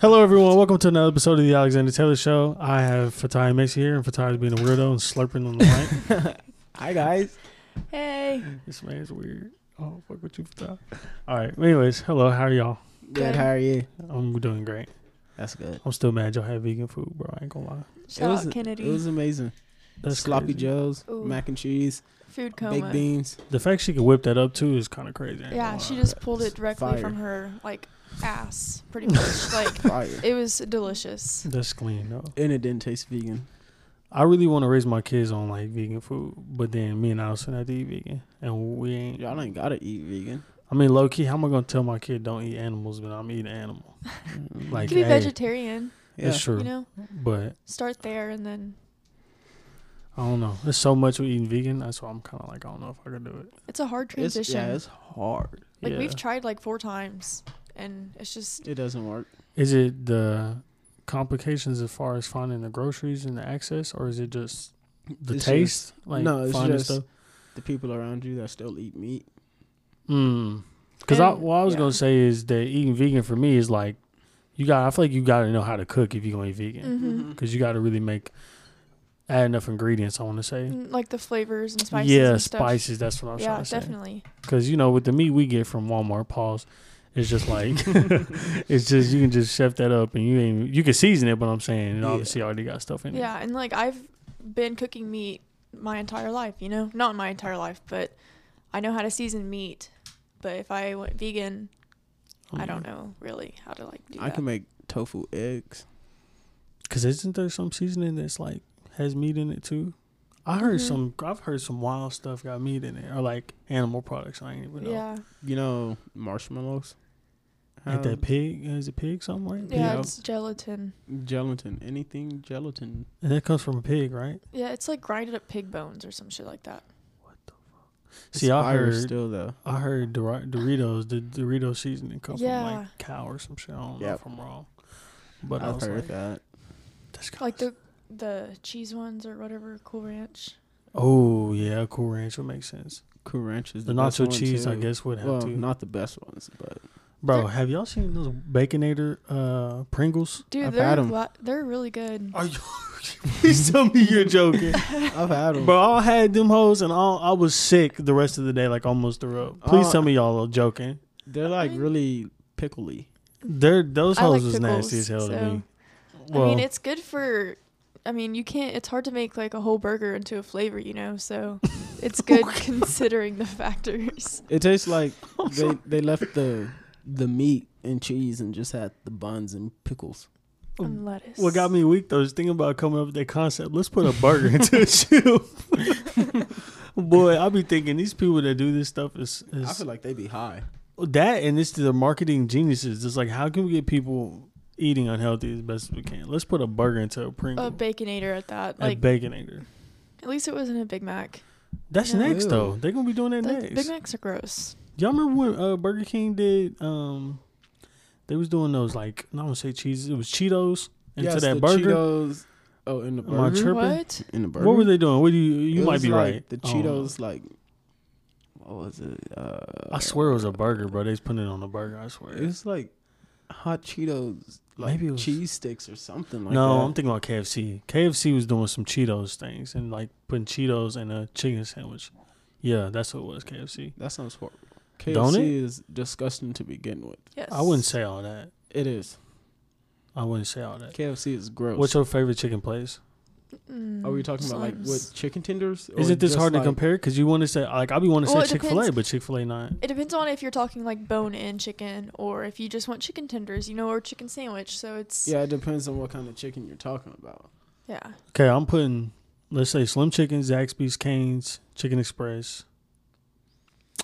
Hello, everyone. Welcome to another episode of the Alexander Taylor Show. I have Fatai Macy here, and Fatai is being a weirdo and slurping on the mic. Hi guys. Hey. this man is weird. Oh, fuck with you, Fatai. All right. Anyways, hello. How are y'all? Good. How are you? I'm doing great. That's good. I'm still mad y'all had vegan food, bro. I ain't gonna lie. Shout was- out Kennedy. It was amazing. That's Sloppy crazy. joes, Ooh. mac and cheese, Food coma. baked beans. The fact she could whip that up too is kind of crazy. I ain't Yeah, gonna she lie. just pulled it directly fire. from her like ass, pretty much. like Fire. it was delicious. That's clean though. and it didn't taste vegan. I really want to raise my kids on like vegan food, but then me and Allison have to eat vegan, and we ain't. Y'all ain't gotta eat vegan. I mean, low key, how am I gonna tell my kid don't eat animals, but I'm eating animal? Like, You could be hey, vegetarian, Yeah. It's true, you know? but Start there and then I don't know. There's so much with eating vegan. That's why I'm kind of like I don't know if I could do it. it's a hard It's, transition. yeah, it's hard. like yeah. we've tried like four times and it's just It doesn't work. is it the complications as far as finding the groceries and the access, or is it just the It's taste? just- no, it's finding just- The people around you that still eat meat. Mm. Because I, And- what I was yeah. gonna say is that eating vegan for me is like you got. I feel like you got to know how to cook if you're gonna eat vegan. mhm. Because you got to really make add enough ingredients. I want to say. Mm, like the flavors and spices. yeah, and stuff. spices. That's what I was Yeah, trying to say. definitely. Because you know, with the meat we get from Walmart, pause. It's just like it's just you can just chef that up and you ain't you can season it. But I'm saying it Yeah. obviously already got stuff in Yeah, it. and like I've been cooking meat my entire life, you know? Not my entire life, but I know how to season meat. But if I went vegan, I don't know really how to like do Mm. I that. can make tofu eggs. Because isn't there some seasoning that's like has meat in it too? I heard Mhm. some. I've heard some wild stuff got meat in it, or like animal products. I ain't even know. yeah. You know, marshmallows. Like How- that pig is a pig something like that? Yeah, Um, Yeah. it's gelatin. gelatin. Anything gelatin. And that comes from a pig, right? Yeah, it's like grinded up pig bones or some shit like that. See, I fire heard- still though. I heard Dor- Doritos, the Dorito seasoning come from Yeah. like cow or some shit. I don't Yep. know if I'm wrong. But i I've was heard like, that. that's kinda Like the the cheese ones or whatever, Cool Ranch. Oh yeah, cool ranch would make sense. Cool Ranch is The the, best nacho one, cheese, I too. guess, would have Well, to. not the best ones, but Bro, have y'all seen those Baconator uh, Pringles? Dude, I've had they're 'em. li- they're really good. Are you? Please tell me you're joking, I've had them. bro. I had them hoes, and all, I was sick the rest of the day, like almost threw up. Please Uh, tell me y'all are joking. They're like I- really pickly. They're those I like hoes was nasty as pickles, hell to so- me. I mean, it's good for I mean, you can't it's hard to make like a whole burger into a flavor, you know, so it's good considering the factors. It tastes like they they left the the meat and cheese and just had the buns and pickles. Um, And lettuce. What got me weak though is thinking about coming up with that concept. Let's put a burger into a chip. Boy, I be thinking these people that do this stuff is, is like they be high. that and it's the marketing geniuses. It's like how can we get people eating unhealthy as best as we can? Let's put a burger into a Pringle, a baconator at that. a Like baconator. at least it wasn't a Big Mac. That's Yeah. next Ew. though. They're gonna be doing that That- Big next. Macs are gross. Y'all remember when uh, Burger King did? um They was doing those like I don't wanna say cheeses. It was Cheetos into Yes, that the burger. Cheetos. Oh, in the Am I burger. tripping? What? In the burger. What were they doing? What do you? You It might was be like right. Um, The I don't know. Cheetos like what was it? Uh, Um, I swear it was a burger, bro. They was putting it on a burger. I swear. It was like hot Cheetos, like Maybe it was- cheese sticks or something like no, that. I'm thinking about KFC. KFC was doing some Cheetos things and like putting Cheetos and a chicken sandwich. Yeah, that's what it was. KFC. that sounds horrible. KFC Don't it? is disgusting to begin with. Yes. I wouldn't say all that. It is. I wouldn't say all that. KFC is gross. What's your favorite chicken place? Mm, Are we talking about like slimes. what chicken tenders? or Isn't this just, hard like- to compare? Because you want to say like I be want to Well, say it Chick Fil A, depends. but Chick Fil A not. It depends on if you're talking like bone in chicken or if you just want chicken tenders, you know, or chicken sandwich. So it's Yeah, it depends on what kind of chicken you're talking about. yeah. Okay, I'm putting let's say Slim Chicken, Zaxby's, Canes, Chicken Express.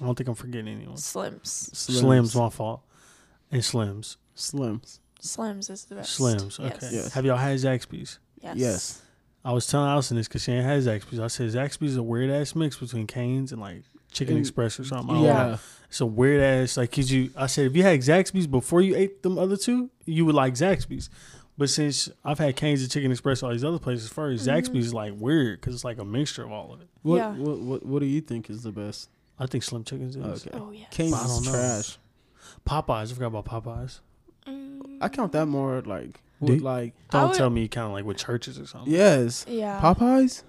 I don't think I'm forgetting anyone. Slims. Slims, my fault. And Slims. Slims. Slims is the best. Slims. Okay. Yes. Have y'all had Zaxby's? Yes. Yes. I was telling Allison this because she ain't had Zaxby's. I said Zaxby's is a weird ass mix between Canes and like Chicken And- Express or something. I don't know. Yeah. It's a weird ass like cause you. I said if you had Zaxby's before you ate them other two, you would like Zaxby's. But since I've had Canes and Chicken Express, all these other places first, Zaxby's is like weird because it's like a mixture of all of it. What, Yeah. What, what What do you think is the best? I think Slim Chickens is. Okay. Oh yes. Cane's I don't is know. trash. Popeyes. I forgot about Popeyes. Mm. I count that more like Do with you- like Don't would- tell me you count like with churches or something. yes Yeah. Popeyes.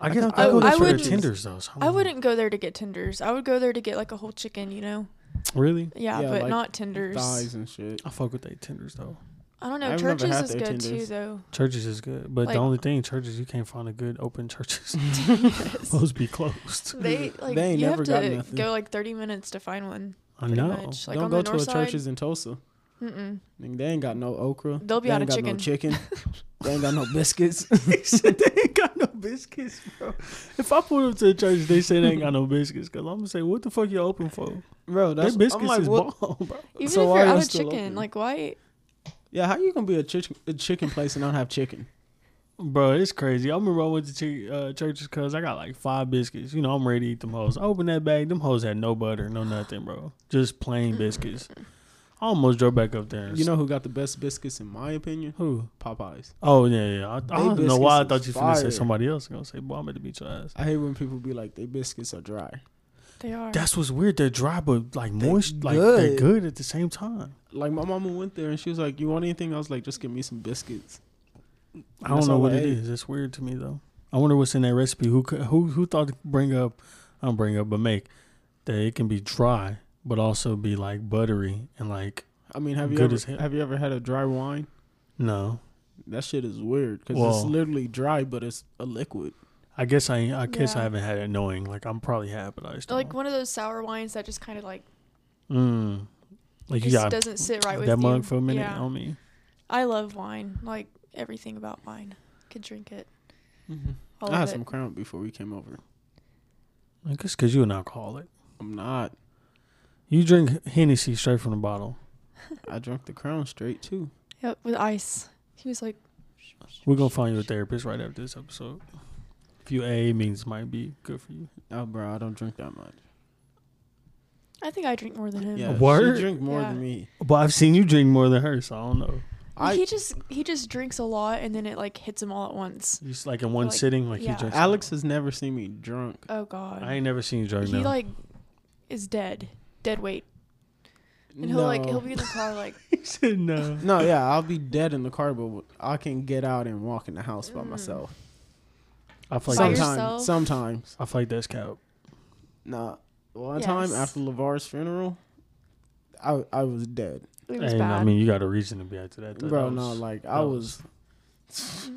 I guess count I, that go with there I for their wouldn't- tenders though. so don't I know. wouldn't go there to get tenders. I would go there to get like a whole chicken, you know? really. Yeah, Yeah, but like not tenders. thighs and shit. I fuck with they tenders though. I don't know. I've never churches had is their good too, tenders. though. Churches is good, but Like- the only thing churches you can't find a good open churches. Those be closed. They like They ain't you never have got to nothing. go like 30 minutes to find one. I Pretty know. much. Like Don't on go the to north a side. churches in Tulsa. Mm-mm. Nigga, They ain't got no okra. They'll be they out ain't of got No chicken. they ain't got no biscuits. They said they ain't got no biscuits, bro. If I pull up to the church, they say they ain't got no biscuits, cause I'm gonna say, what the fuck you open for? Bro, Their that's biscuits I'm like, is what? bomb, bro. Even So if why you're are y'all out of still chicken, open? like why? Yeah, how you gonna be a, chich- a chicken place and not have chicken? Bro, it's crazy. I remember I went to ch- uh, churches cause I got like five biscuits. You know, I'm ready to eat them hoes. I opened that bag. Them hoes had no butter, no nothing, bro. Just plain biscuits. I almost drove back up there. And You know who got the best biscuits in my opinion? who? Popeyes. Oh yeah, yeah. I, I don't know biscuits why I is thought you finna say fire. somebody else. Gonna say, boy, I'm gonna beat your ass. I hate when people be like, their biscuits are dry. They are. That's what's weird. They're dry, but like moist. like they're good. good at the same time. Like my mama went there and she was like, "You want anything?" I was like, "Just give me some biscuits." I don't That's know all what I it ate. is. It's weird to me though. I wonder what's in that recipe. Who cou- who who thought to bring up? I don't bring up, but make that it can be dry, but also be like buttery and like I mean, have you Good ever as hell. have you ever had a dry wine? no. That shit is weird because Well- it's literally dry, but it's a liquid. I guess I ain't- I guess I Yeah. haven't had it knowing. Like I'm probably have, but I just don't. like one of those sour wines that just kind of like mm. like you just got doesn't sit right with that you. mug for a minute Yeah. on me. I love wine. Like everything about wine. Could drink it. Mm-hmm. All Ah, I had of it. some crown before we came over. I guess because you an alcoholic. I'm not. You drink Hennessy straight from the bottle. I drank the crown straight too. Yep, with ice. He was like, We're gonna find you a therapist right after this episode. A few AA meetings might be good for you. Oh, bro, I don't drink that much. I think I drink more than him. Yeah, Word? she drink more Yeah. than me. But I've seen you drink more than her, so I don't know. Like, he I just he just drinks a lot and then it like hits him all at once. You just like in one Like, sitting, like yeah. he drinks. Alex has never seen me drunk. Oh god. I ain't never seen you drink. he no. like is dead. Dead weight. And he'll like he'll be in the car like he said no. No, yeah, I'll be dead in the car, but I can get out and walk in the house by Mm. myself. I feel By like sometimes, that's, yourself? sometimes. I feel like that's cap. Nah, one time Yes. after Lavar's funeral, I I was dead, it was And bad. I mean, you got a reason to be after that. though. bro. That No, was- like I that was.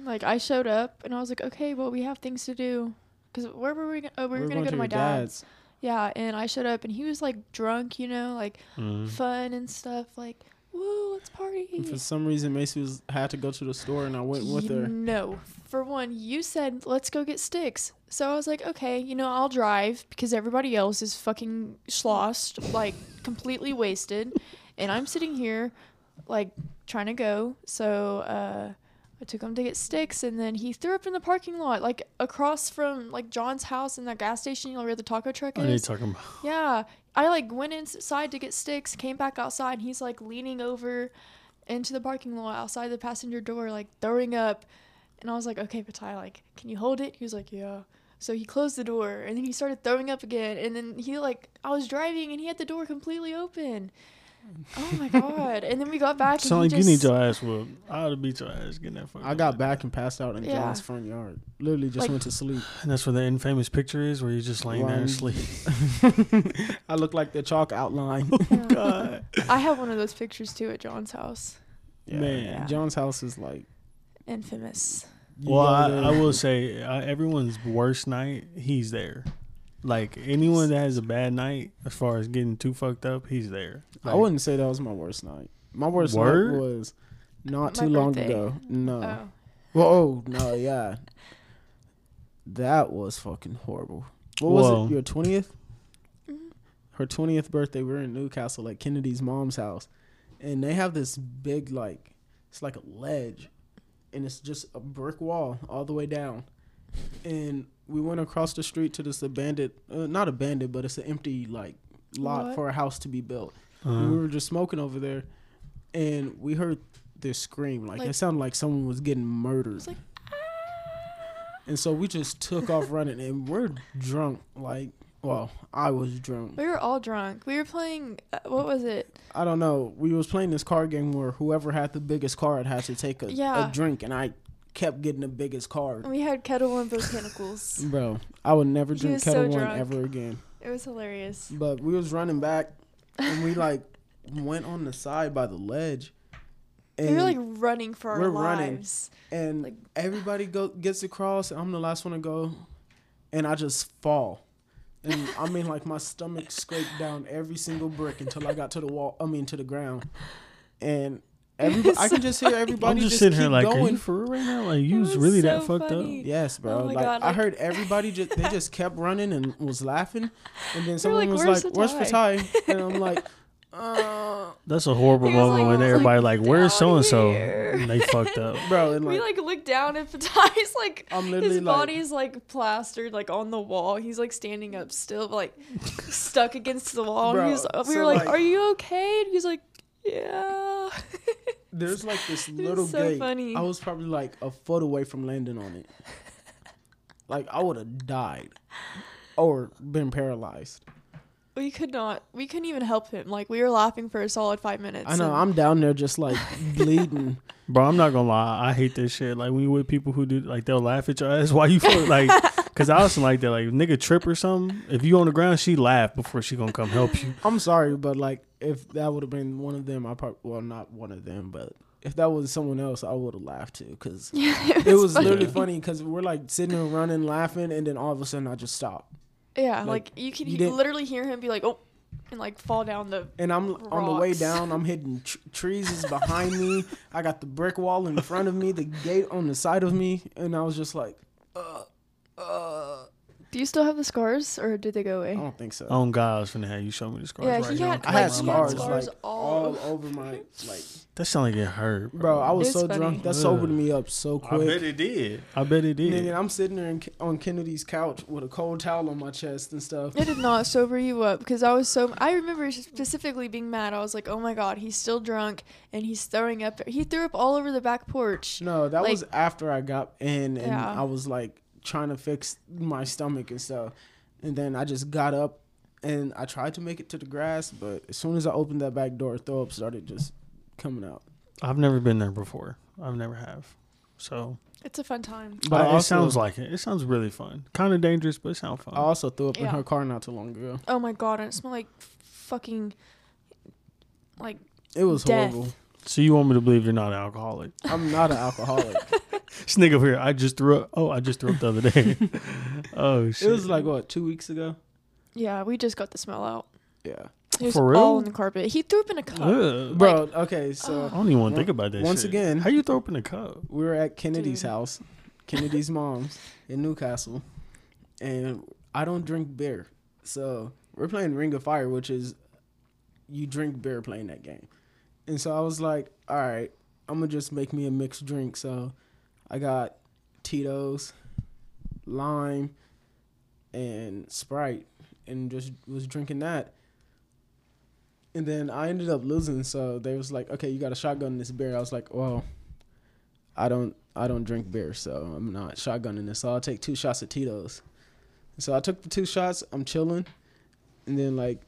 like I showed up and I was like, okay, well we have things to do. Cause where were we? Gonna, oh, we were, gonna go to my your dad's. Yeah, and I showed up and he was like drunk, you know, like Mm. fun and stuff, like woo, let's party. And for some reason, Macy was had to go to the store, and I went with You- her. No. For one, you said, let's go get sticks. So I was like, okay, you know, I'll drive because everybody else is fucking sloshed, like completely wasted. And I'm sitting here, like, trying to go. So uh, I took him to get sticks. And then he threw up in the parking lot, like across from, like, John's house and that gas station, you know, where the taco truck I ain't is. talking about. Yeah. I like went inside to get sticks, came back outside, and he's like leaning over into the parking lot outside the passenger door, like throwing up. And I was like, okay, Patai, like, can you hold it? He was like, yeah. So he closed the door and then he started throwing up again. And then he, like, I was driving and he had the door completely open. Oh my God. And then we got back. Sound and like he you need just- your ass whooped. I ought to beat your ass getting that fuck. I got back and passed out in Yeah. John's front yard. Literally just Like- went to sleep. And that's where the infamous picture is, where you're just laying there Lying. asleep. I look like the chalk outline. Yeah. God. I have one of those pictures too at John's house. Yeah. Man. John's house is like. Infamous. you Well, go I, there- I will say uh, everyone's worst night, he's there. Like anyone that has a bad night, as far as getting too fucked up, he's there. I Like, wouldn't say that was my worst night. My worst Word? night was not My too long birthday. ago. No. Oh. Well, oh no, yeah. That was fucking horrible. What was Whoa. it? Your twentieth? Mhm. Her twentieth birthday. We were in Newcastle at Kennedy's mom's house, and they have this big like it's like a ledge, and it's just a brick wall all the way down. And we went across the street to this abandoned, uh, not abandoned, but it's an empty like lot What? for a house to be built. And we uh, were just smoking over there, and we heard this scream. Like, Like- it sounded like someone was getting murdered. It's like, "Ah." and so we just took off running, and we're drunk. Like Well, I was drunk. We were all drunk. We were playing. Uh, what was it? I don't know. We was playing this card game where whoever had the biggest card had to take a, Yeah. a drink, and I kept getting the biggest card. We had Kettle One Botanicals. Bro, I would never He drink was so Kettle One drunk. ever again. it was hilarious. But we was running back, and we like went on the side by the ledge. And, we were like running for our we're running. lives. and like- everybody go gets across. and I'm the last one to go, and I just fall. And I mean, like my stomach scraped down every single brick until I got to the wall. I mean, to the ground. And everybody, I can just hear I'm everybody just, just, sitting here keep like, are going. you for real right now? Like, It you was was really that so fucked funny. up? Yes, bro. Oh my like, God, I like- heard everybody just they just kept running and was laughing, and then someone like, was "Where's like, the "Where's tie?" Fatai?" And I'm like, uh, That's a horrible He was moment like, when "Oh, everybody like, like, where's so down and so? here. And they fucked up. bro, and like, we like looked down at Patai's like I'm literally his like- body's like plastered like on the wall. He's like standing up still, but, like stuck against the wall. and Bro, he was, we so, were like, like- "Are you okay?" And he's like, "Yeah." there's like this little so gate. funny. I was probably like a foot away from landing on it. like I would have died, or been paralyzed. we could not. We couldn't even help him. Like we were laughing for a solid five minutes. I know. and- I'm down there just like bleeding. Bro, I'm not gonna lie. I hate this shit. Like when you with people who do, like they'll laugh at your ass while you fuck. Like, cause I was like that. Like nigga trip or something. If you on the ground, she laugh before she gonna come help you. I'm sorry, but like if that would have been one of them, I probably well not one of them, but if that was someone else, I would have laughed too because yeah, it was, it was funny. literally funny because we're like sitting there running, laughing, and then all of a sudden I just stop yeah. like, Like, you can you he- didn't- literally hear him be like, "Oh," and like fall down the. and I'm on the way Rocks. down. I'm hitting tr- trees is behind me. I got the brick wall in front of me, the gate on the side of me, and I was just like, uh, uh. Do you still have the scars, or did they go away? I don't think so. Oh God, I was finna have you show me the scars. Yeah, right he now. had- I Come had on, Like, he scars, scars like all, all- over my like, That sound like it hurt, bro. I was It's so funny. drunk that Ugh. sobered me up so quick. it did. I bet it did. Nigga, I'm sitting there in, on Kennedy's couch with a cold towel on my chest and stuff. It did not sober you up because I was so. I remember specifically being mad. I was like, "Oh my god, he's still drunk and he's throwing up. He threw up all over the back porch." No, that Like- was after I got in and Yeah. I was like trying to fix my stomach and stuff. And then I just got up and I tried to make it to the grass, but as soon as I opened that back door, throw up started just coming out. I've never been there before. I've never have. So, It's a fun time. but But it also- sounds like it. It sounds really fun. Kind of dangerous, but it sounds fun. I also threw up in Yeah. her car not too long ago. Oh my god, and it smelled like fucking. Like It was Death. horrible. so you want me to believe you're not an alcoholic? I'm not an alcoholic. This nigga over here, I just threw up. Oh, I just threw up the other day. oh shit. it was like what, two weeks ago? yeah, we just got the smell out. Yeah. It was For real? all in the carpet. He threw up in a cup. Ugh. Bro, okay, so I don't even want to Once- think about that. once shit. again- how you throw up in a cup? we were at Kennedy's Dude. house, Kennedy's mom's in Newcastle, and I don't drink beer. So we're playing Ring of Fire, which is you drink beer playing that game. And so I was like, all right, I'm going to just make me a mixed drink. So I got Tito's, lime, and Sprite, and just was drinking that. And then I ended up losing. So they was like, okay, you got a shotgun this beer. I was like, well, I don't I don't drink beer, so I'm not shotgunning this. So I'll take two shots of Tito's. So I took the two shots. I'm chilling, and then like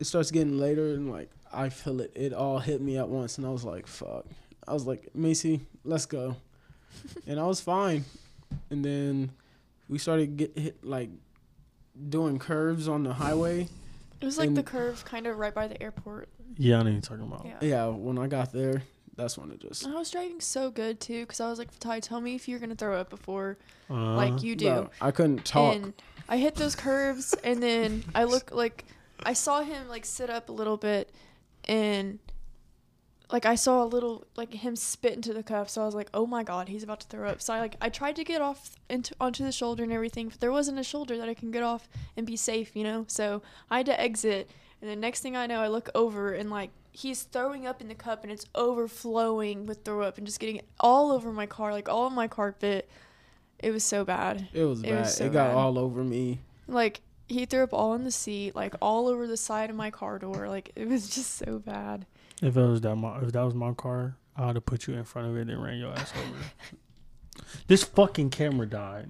it starts getting later, and like I feel it. It all hit me at once, and I was like, "Fuck!" I was like, "Macy, let's go," and I was fine. And then we started get hit like doing curves on the highway. It was like the And- curve, kind of right by the airport. Yeah, I know what you're talking about. Yeah. Yeah, when I got there, that's when it just And I was driving so good too because I was like, Ty, tell me if you're gonna throw up before Uh, like you do. Bro, I couldn't talk. And I hit those curves, and then I look like I saw him like sit up a little bit, and like I saw a little like him spit into the cup. So I was like, oh my god, he's about to throw up. So I like I tried to get off into onto the shoulder and everything, but there wasn't a shoulder that I can get off and be safe, you know. So I had to exit, and the next thing I know, I look over and like. He's throwing up in the cup and it's overflowing with throw up and just getting all over my car, like all on my carpet. It was so bad. it was it bad. was so it got bad. all over me. Like he threw up all in the seat, like all over the side of my car door. Like it was just so bad. If that was that my if that was my car, I would have put you in front of it and ran your ass over. this fucking camera died.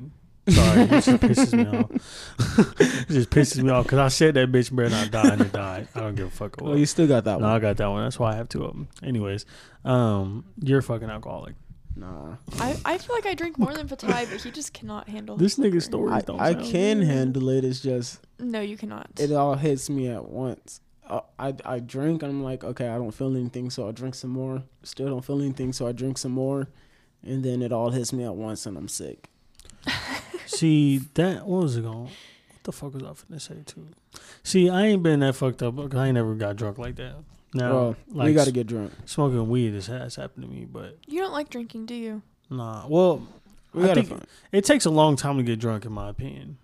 Sorry, this just pisses me off. it just pisses me off because I said that bitch better not die and it died. I don't give a fuck. Well, you still got that no, one. I got that one. That's why I have two of them. Anyways, um, you're a fucking alcoholic. Nah, I, I feel like I drink more than Fatai, but he just cannot handle This his liquor. nigga's stories I, don't. I sound can good. handle it. It's just No, you cannot. uh, it all hits me at once. Uh, I I drink and I'm like, okay, I don't feel anything, so I drink some more. Still don't feel anything, so I drink some more, and then it all hits me at once, and I'm sick. See that? What was it going? What the fuck was I finna say too? See, I ain't been that fucked up. 'cause I ain't never got drunk like that. Now, Well, like we gotta get drunk. smoking weed has, has happened to me, but you don't like drinking, do you? nah. Well, We I gotta. think- find- it takes a long time to get drunk, in my opinion.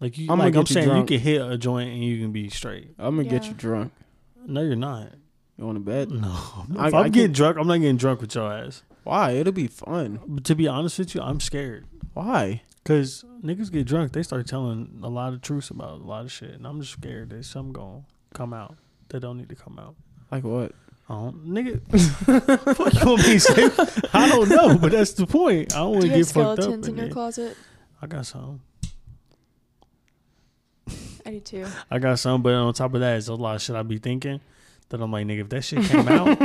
Like you, I'm gonna like I'm get you saying, drunk. you can hit a joint and you can be straight. I'm gonna get Yeah. you drunk. No, you're not. You want to bet? No, I- if I I'm can- getting drunk, I'm not getting drunk with your ass. Why? It'll be fun. But to be honest with you, I'm scared. Why? Cause niggas get drunk, they start telling a lot of truths about a lot of shit, and I'm just scared that some gonna come out that don't need to come out. Like what? I don't, nigga, fuck you want me to say? I don't know, but that's the point. I don't want Do to you have get fucked up. skeletons in in your it. closet? I got some. I do too. I got some, but on top of that, it's a lot of shit I be thinking that I'm like, nigga, if that shit came out,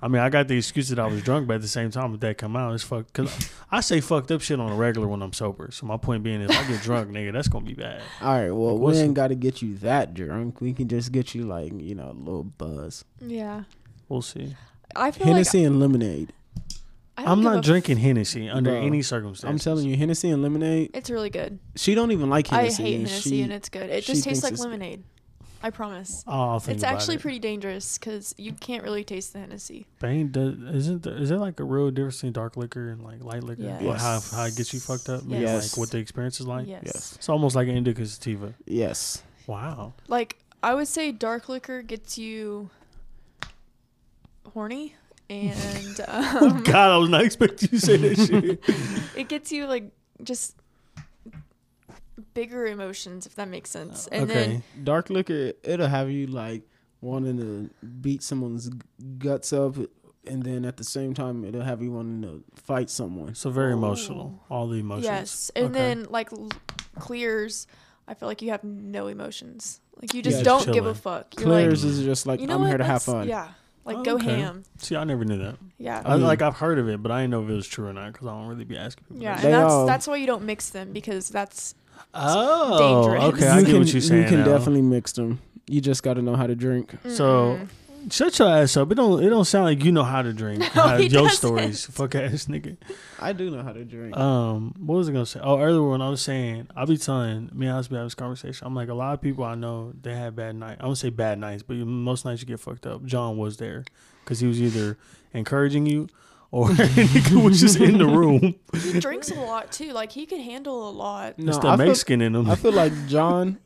I mean, I got the excuse that I was drunk, but at the same time, if that come out, it's fucked. Cause I say fucked up shit on a regular when I'm sober. So my point being, if I get drunk, nigga, that's gonna be bad. All right. Well, Like, we what's- ain't gotta get you that drunk. We can just get you like you know a little buzz. Yeah. We'll see. I feel Hennessy and lemonade. like I I'm not drinking drinking. Hennessy under Bro, any circumstance. I'm telling you, Hennessy and lemonade. It's really good. She don't even like Hennessy. I hate and Hennessy she- and it's good. It she just thinks tastes like it's good. lemonade. I promise. Oh, think it's about actually it. pretty dangerous because you can't really taste the Hennessy. But ain't the- isn't there, is there like a real difference between dark liquor and like light liquor? Yes. Like how how it gets you fucked up? Maybe Yes. Like what the experience is like. yes. Yes. It's almost like an indica sativa. Yes. Wow. Like I would say, dark liquor gets you horny, and um, God, I was not expecting you to say that shit. it gets you like just bigger emotions, if that makes sense. Oh, And then Dark liquor, it'll have you like wanting to beat someone's g- guts up, and then at the same time, it'll have you wanting to fight someone. so very emotional. All the emotions. Oh. yes, and Okay. then like l- clears. I feel like you have no emotions. Like you just it's don't give chilling. a fuck. You're like, Clears is just like you know I'm what? here to have fun. That's- Oh, Yeah, like Oh, go okay. ham. See, I never knew that. Yeah. I, mean- like I've heard of it, but I didn't know if it was true or not because I don't really be asking. People yeah, that. They and that's all- that's why you don't mix them because that's Oh. dangerous. Okay, I You get can, what you're saying. You can now. definitely mix them. You just got to know how to drink. So mm-hmm. shut your ass up. It don't it don't sound like you know how to drink. No, how, he your doesn't. stories. Fuck ass nigga. I do know how to drink. Um, what was I gonna say? Oh, earlier when I was saying, I'll be telling me and husband have this conversation. I'm like, a lot of people I know they had bad night. I don't say bad nights, but most nights you get fucked up. John was there because he was either encouraging you or he was just in the room. he drinks a lot too. Like he could handle a lot. no, it's the I feel, Mexican in him. I feel like John.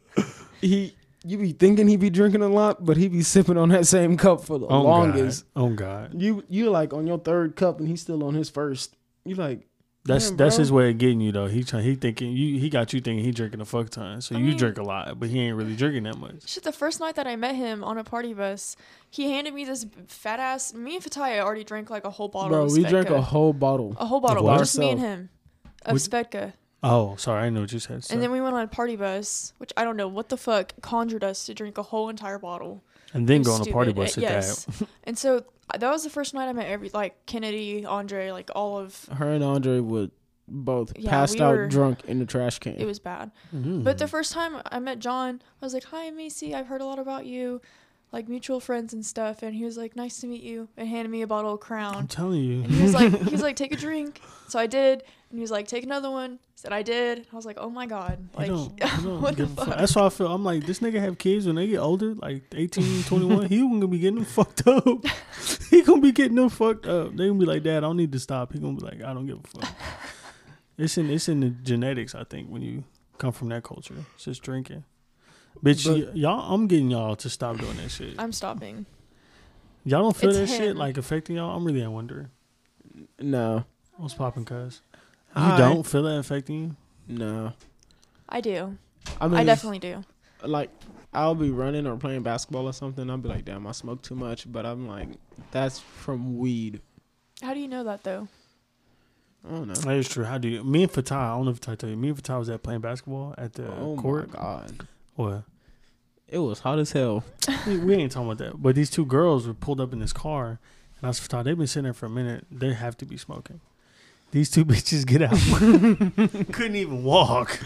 he you be thinking he be drinking a lot, but he be sipping on that same cup for the oh longest. God. Oh God, You you like on your third cup, and he's still on his first. You like that's Damn, that's bro. his way of getting you though. He try, he thinking you he got you thinking he drinking a fuck ton, so I you mean- drink a lot, but he ain't really drinking that much. Shit, the first night that I met him on a party bus, he handed me this fat ass. Me and Fataya already drank like a whole bottle. Bro, of we drank Svedka. a whole bottle. a whole bottle, what? just me and Ourself. him, of Would- Svedka. Oh, sorry, I know what you said. so- And then we went on a party bus, which I don't know what the fuck conjured us to drink a whole entire bottle. It go was on a party stupid. bus at Uh, yes. that. and so uh, that was the first night I met every like Kennedy, Andre, like all of. Her and Andre would both Yeah, passed we out were- drunk in the trash can. It was bad. Mm. But Mm-hmm. the first time I met John, I was like, "Hi, Macy. I've heard a lot about you, like mutual friends and stuff." And he was like, "Nice to meet you," and handed me a bottle of Crown. I'm telling you. And he was like, he was like, take a drink. So I did. And he was like, take another one. Said I did. I was like, oh my god. You Like, don't- you don't what the give a fuck. fuck? That's how I feel. I'm like, this nigga have kids when they get older, like 18, 21, he gonna be getting them fucked up. he gonna be getting them fucked up. They gonna be like, Dad, I don't need to stop. He gonna be like, I don't give a fuck. it's in it's in the genetics, I think, when you come from that culture. It's just drinking. Bitch, But- y- y'all, I'm getting y'all to stop doing that shit. I'm stopping. Y'all don't feel It's that shit him. like affecting y'all. I'm really wondering. no, What's popping, cuz? You Hi. don't feel that affecting you? no. I do. I mean, I definitely do. like. I'll be running or playing basketball or something. I'll be like, damn, I smoked too much. But I'm like, that's from weed. How do you know that though? I don't know. That is true. How do you? Me and Fatah, I don't know if I tell you. Me and Fatah was at playing basketball at the oh court. my god, What? it was hot as hell. We, we ain't talking about that. But these two girls were pulled up in this car, and I was Fatah. They've been sitting there for a minute. They have to be smoking. These two bitches get out. Couldn't even walk.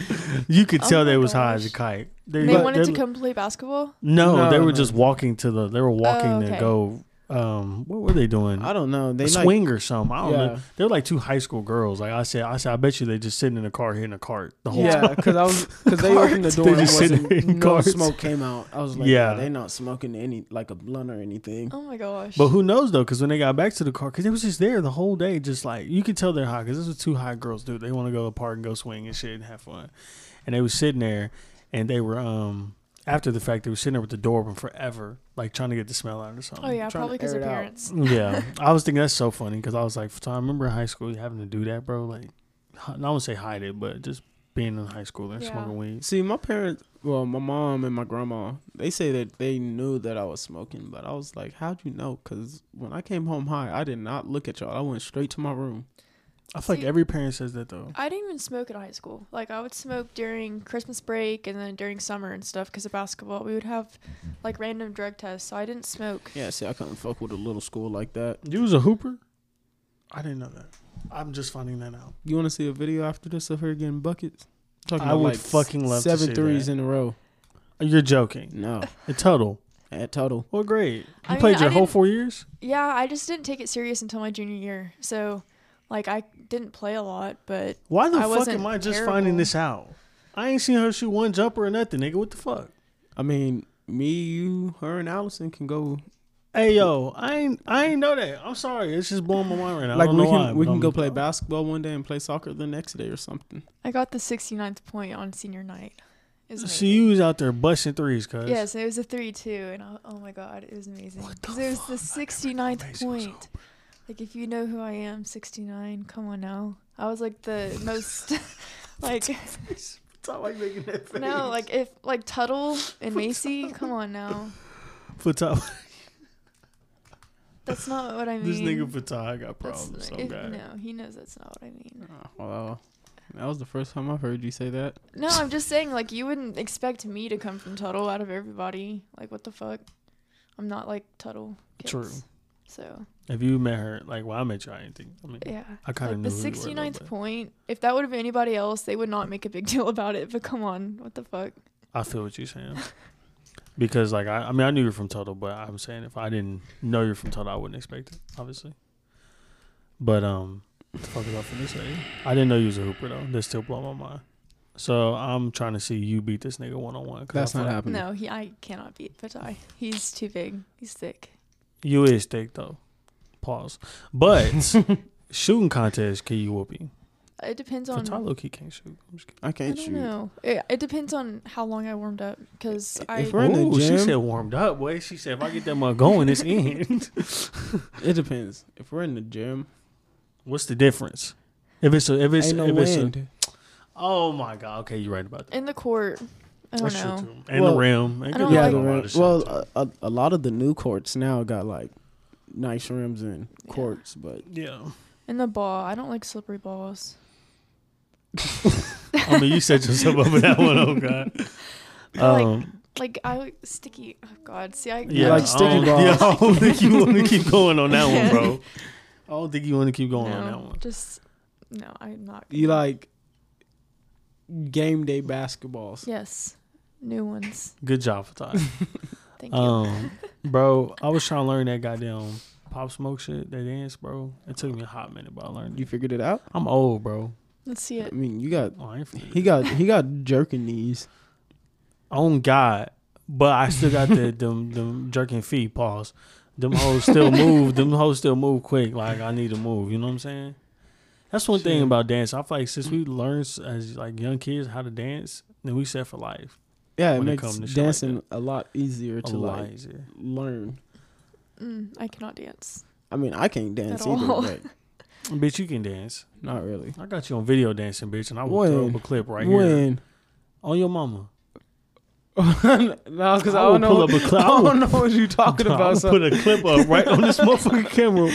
You could Oh tell my they was high as a gosh. kite. They but wanted to they- come play basketball. No, No, they were no. just walking to the. They were walking Oh, to okay. go. Um, what were they doing? I don't know. They a like swing or something. I don't know. Yeah. They were like two high school girls. Like I said, I said, I bet you they just sitting in a car hitting a cart the whole yeah, time. because I was because they opened the Cards. They door and just sit wasn't, there in no cards. smoke came out. I was like, Yeah. yeah, they not smoking any like a blunt or anything. Oh my gosh. But who knows though? Because when they got back to the car, because they was just there the whole day, just like you could tell they're high. Because this was two high girls, dude. They want to go to the park and go swing and shit and have fun. And they was sitting there, and they were um after the fact they were sitting there with the door open forever, like trying to get the smell out or something. oh yeah, trying to probably because air of it out. parents. Yeah, I was thinking that's so funny because I was like, I remember in high school having to do that, bro. Like, I do not say hide it, but just being in high school and Yeah. smoking weed. See, my parents, well, my mom and my grandma, they say that they knew that I was smoking, but I was like, how'd you know? Because when I came home high, I did not look at y'all. I went straight to my room. I feel like See- every parent says that though. I didn't even smoke in high school. Like I would smoke during Christmas break and then during summer and stuff because of basketball. We would have like random drug tests, so I didn't smoke. Yeah, see, I couldn't fuck with a little school like that. You was a hooper? I didn't know that. I'm just finding that out. You want to see a video after this of her getting buckets? Talking I about, would like, fucking love to seven see threes that. in a row. You're joking. No, The total. at total. What grade? You I mean, played I your whole didn't- four years? Yeah, I just didn't take it serious until my junior year. So, like, I didn't play a lot, but Why the I fuck wasn't am I just terrible. finding this out? I ain't seen her shoot one jumper or nothing, nigga. What the fuck? I mean, me, you, her, and Allison can go. Hey yo, I ain't I ain't know that. I'm sorry, it's just blowing my mind right now. like I don't we know can why, we but can I'm- go play basketball one day and play soccer the next day or something. I got the 69th point on senior night. It was So amazing. you was out there busting threes, cuz. Yes, it was a 3 2, and I, oh my god, it was amazing. Because it was the 69th Amazing was point. Like, if you know who I am, 69, come on now. I was like the most, like, Stop like making that face. no, like, if, like, Tuttle and Macy, come on now. Fatah, That's not what I mean. this nigga Fatah got That's not- problems so it- bad. No, he knows that's not what I mean. Wow, Ah, that was the first time I've heard you say that. No, I'm just saying, like, you wouldn't expect me to come from Tuttle out of everybody. Like, what the fuck? I'm not like Tuttle. Kids. True. So, If you met her, like when I met you, I didn't think. I mean, yeah. I kind of Like, knew the who you were, though, 69th but point, if that would have been anybody else, they would not make a big deal about it. But come on, what the fuck? I feel what you're saying. because like I, I mean, I knew you're from Tuttle, but I'm saying if I didn't know you're from Tuttle, I wouldn't expect it, obviously. But um, what the fuck is I finna say? I didn't know you was a hooper though. That still blow my mind. So I'm trying to see you beat this nigga one on one. That's not happening. No, he, I cannot beat Fatai. He's too big. He's thick. You is thick though. Pause. But shooting contest, can you whoopee? It depends on. Fatai low key can't shoot. I'm just kidding. I I can't don't shoot. know. It, it depends on how long I warmed up. Because If I. we're in the Ooh, she gym- said warmed up, boy. She said if I get that mug going, it's in. It depends. If we're in the gym, What's the difference? If it's a, if it's ain't no if it's a, wind. oh my god, okay, you're right about that. In the court. I don't That's know. true too. And Well, the rim. It Oh, I could don't be a like- yeah, like the lot rim. of shit, too. Well, uh, a, a, a lot of the new courts now got like nice rims and Yeah. courts, but yeah. In the ball. I don't like slippery balls. I mean, you set yourself up for that one. Oh god. Like- Um, Like I like sticky. Oh God, see, I yeah, like I don't- sticky Yeah, balls. I don't think you want to keep going on that one, bro. I don't think you want to keep going on that one. Just no, I'm not. you gonna- like game day basketballs. yes, new ones. Good job, Fatai. Thank you. Um, bro, I was trying to learn that goddamn pop smoke shit, that dance, bro. It took me a hot minute, but I learned You it. figured it out. I'm old, bro. Let's see I it. mean, you got Oh, I ain't finna- he got he got jerking knees. on God, but I still got the them them jerking feet. Pause. Them hoes still move. Them hoes still move quick. Like I need to move. You know what I'm saying? That's one thing Sure. about dance. I feel like since we learned s- as like young kids how to dance, then we set for life. Yeah, it When it makes come to shit like dancing a lot easier A to lot like easier. learn. Mm, I cannot dance. I mean, I can't dance either, all. but Bitch, you can dance. not really. I got you on video dancing, bitch, and I will throw When? up a clip right here when on your mama. no, because I, I don't will pull know. up a cl- I I don't will- know what you're talking I'm gonna about. So. put a clip up right on this motherfucking camera.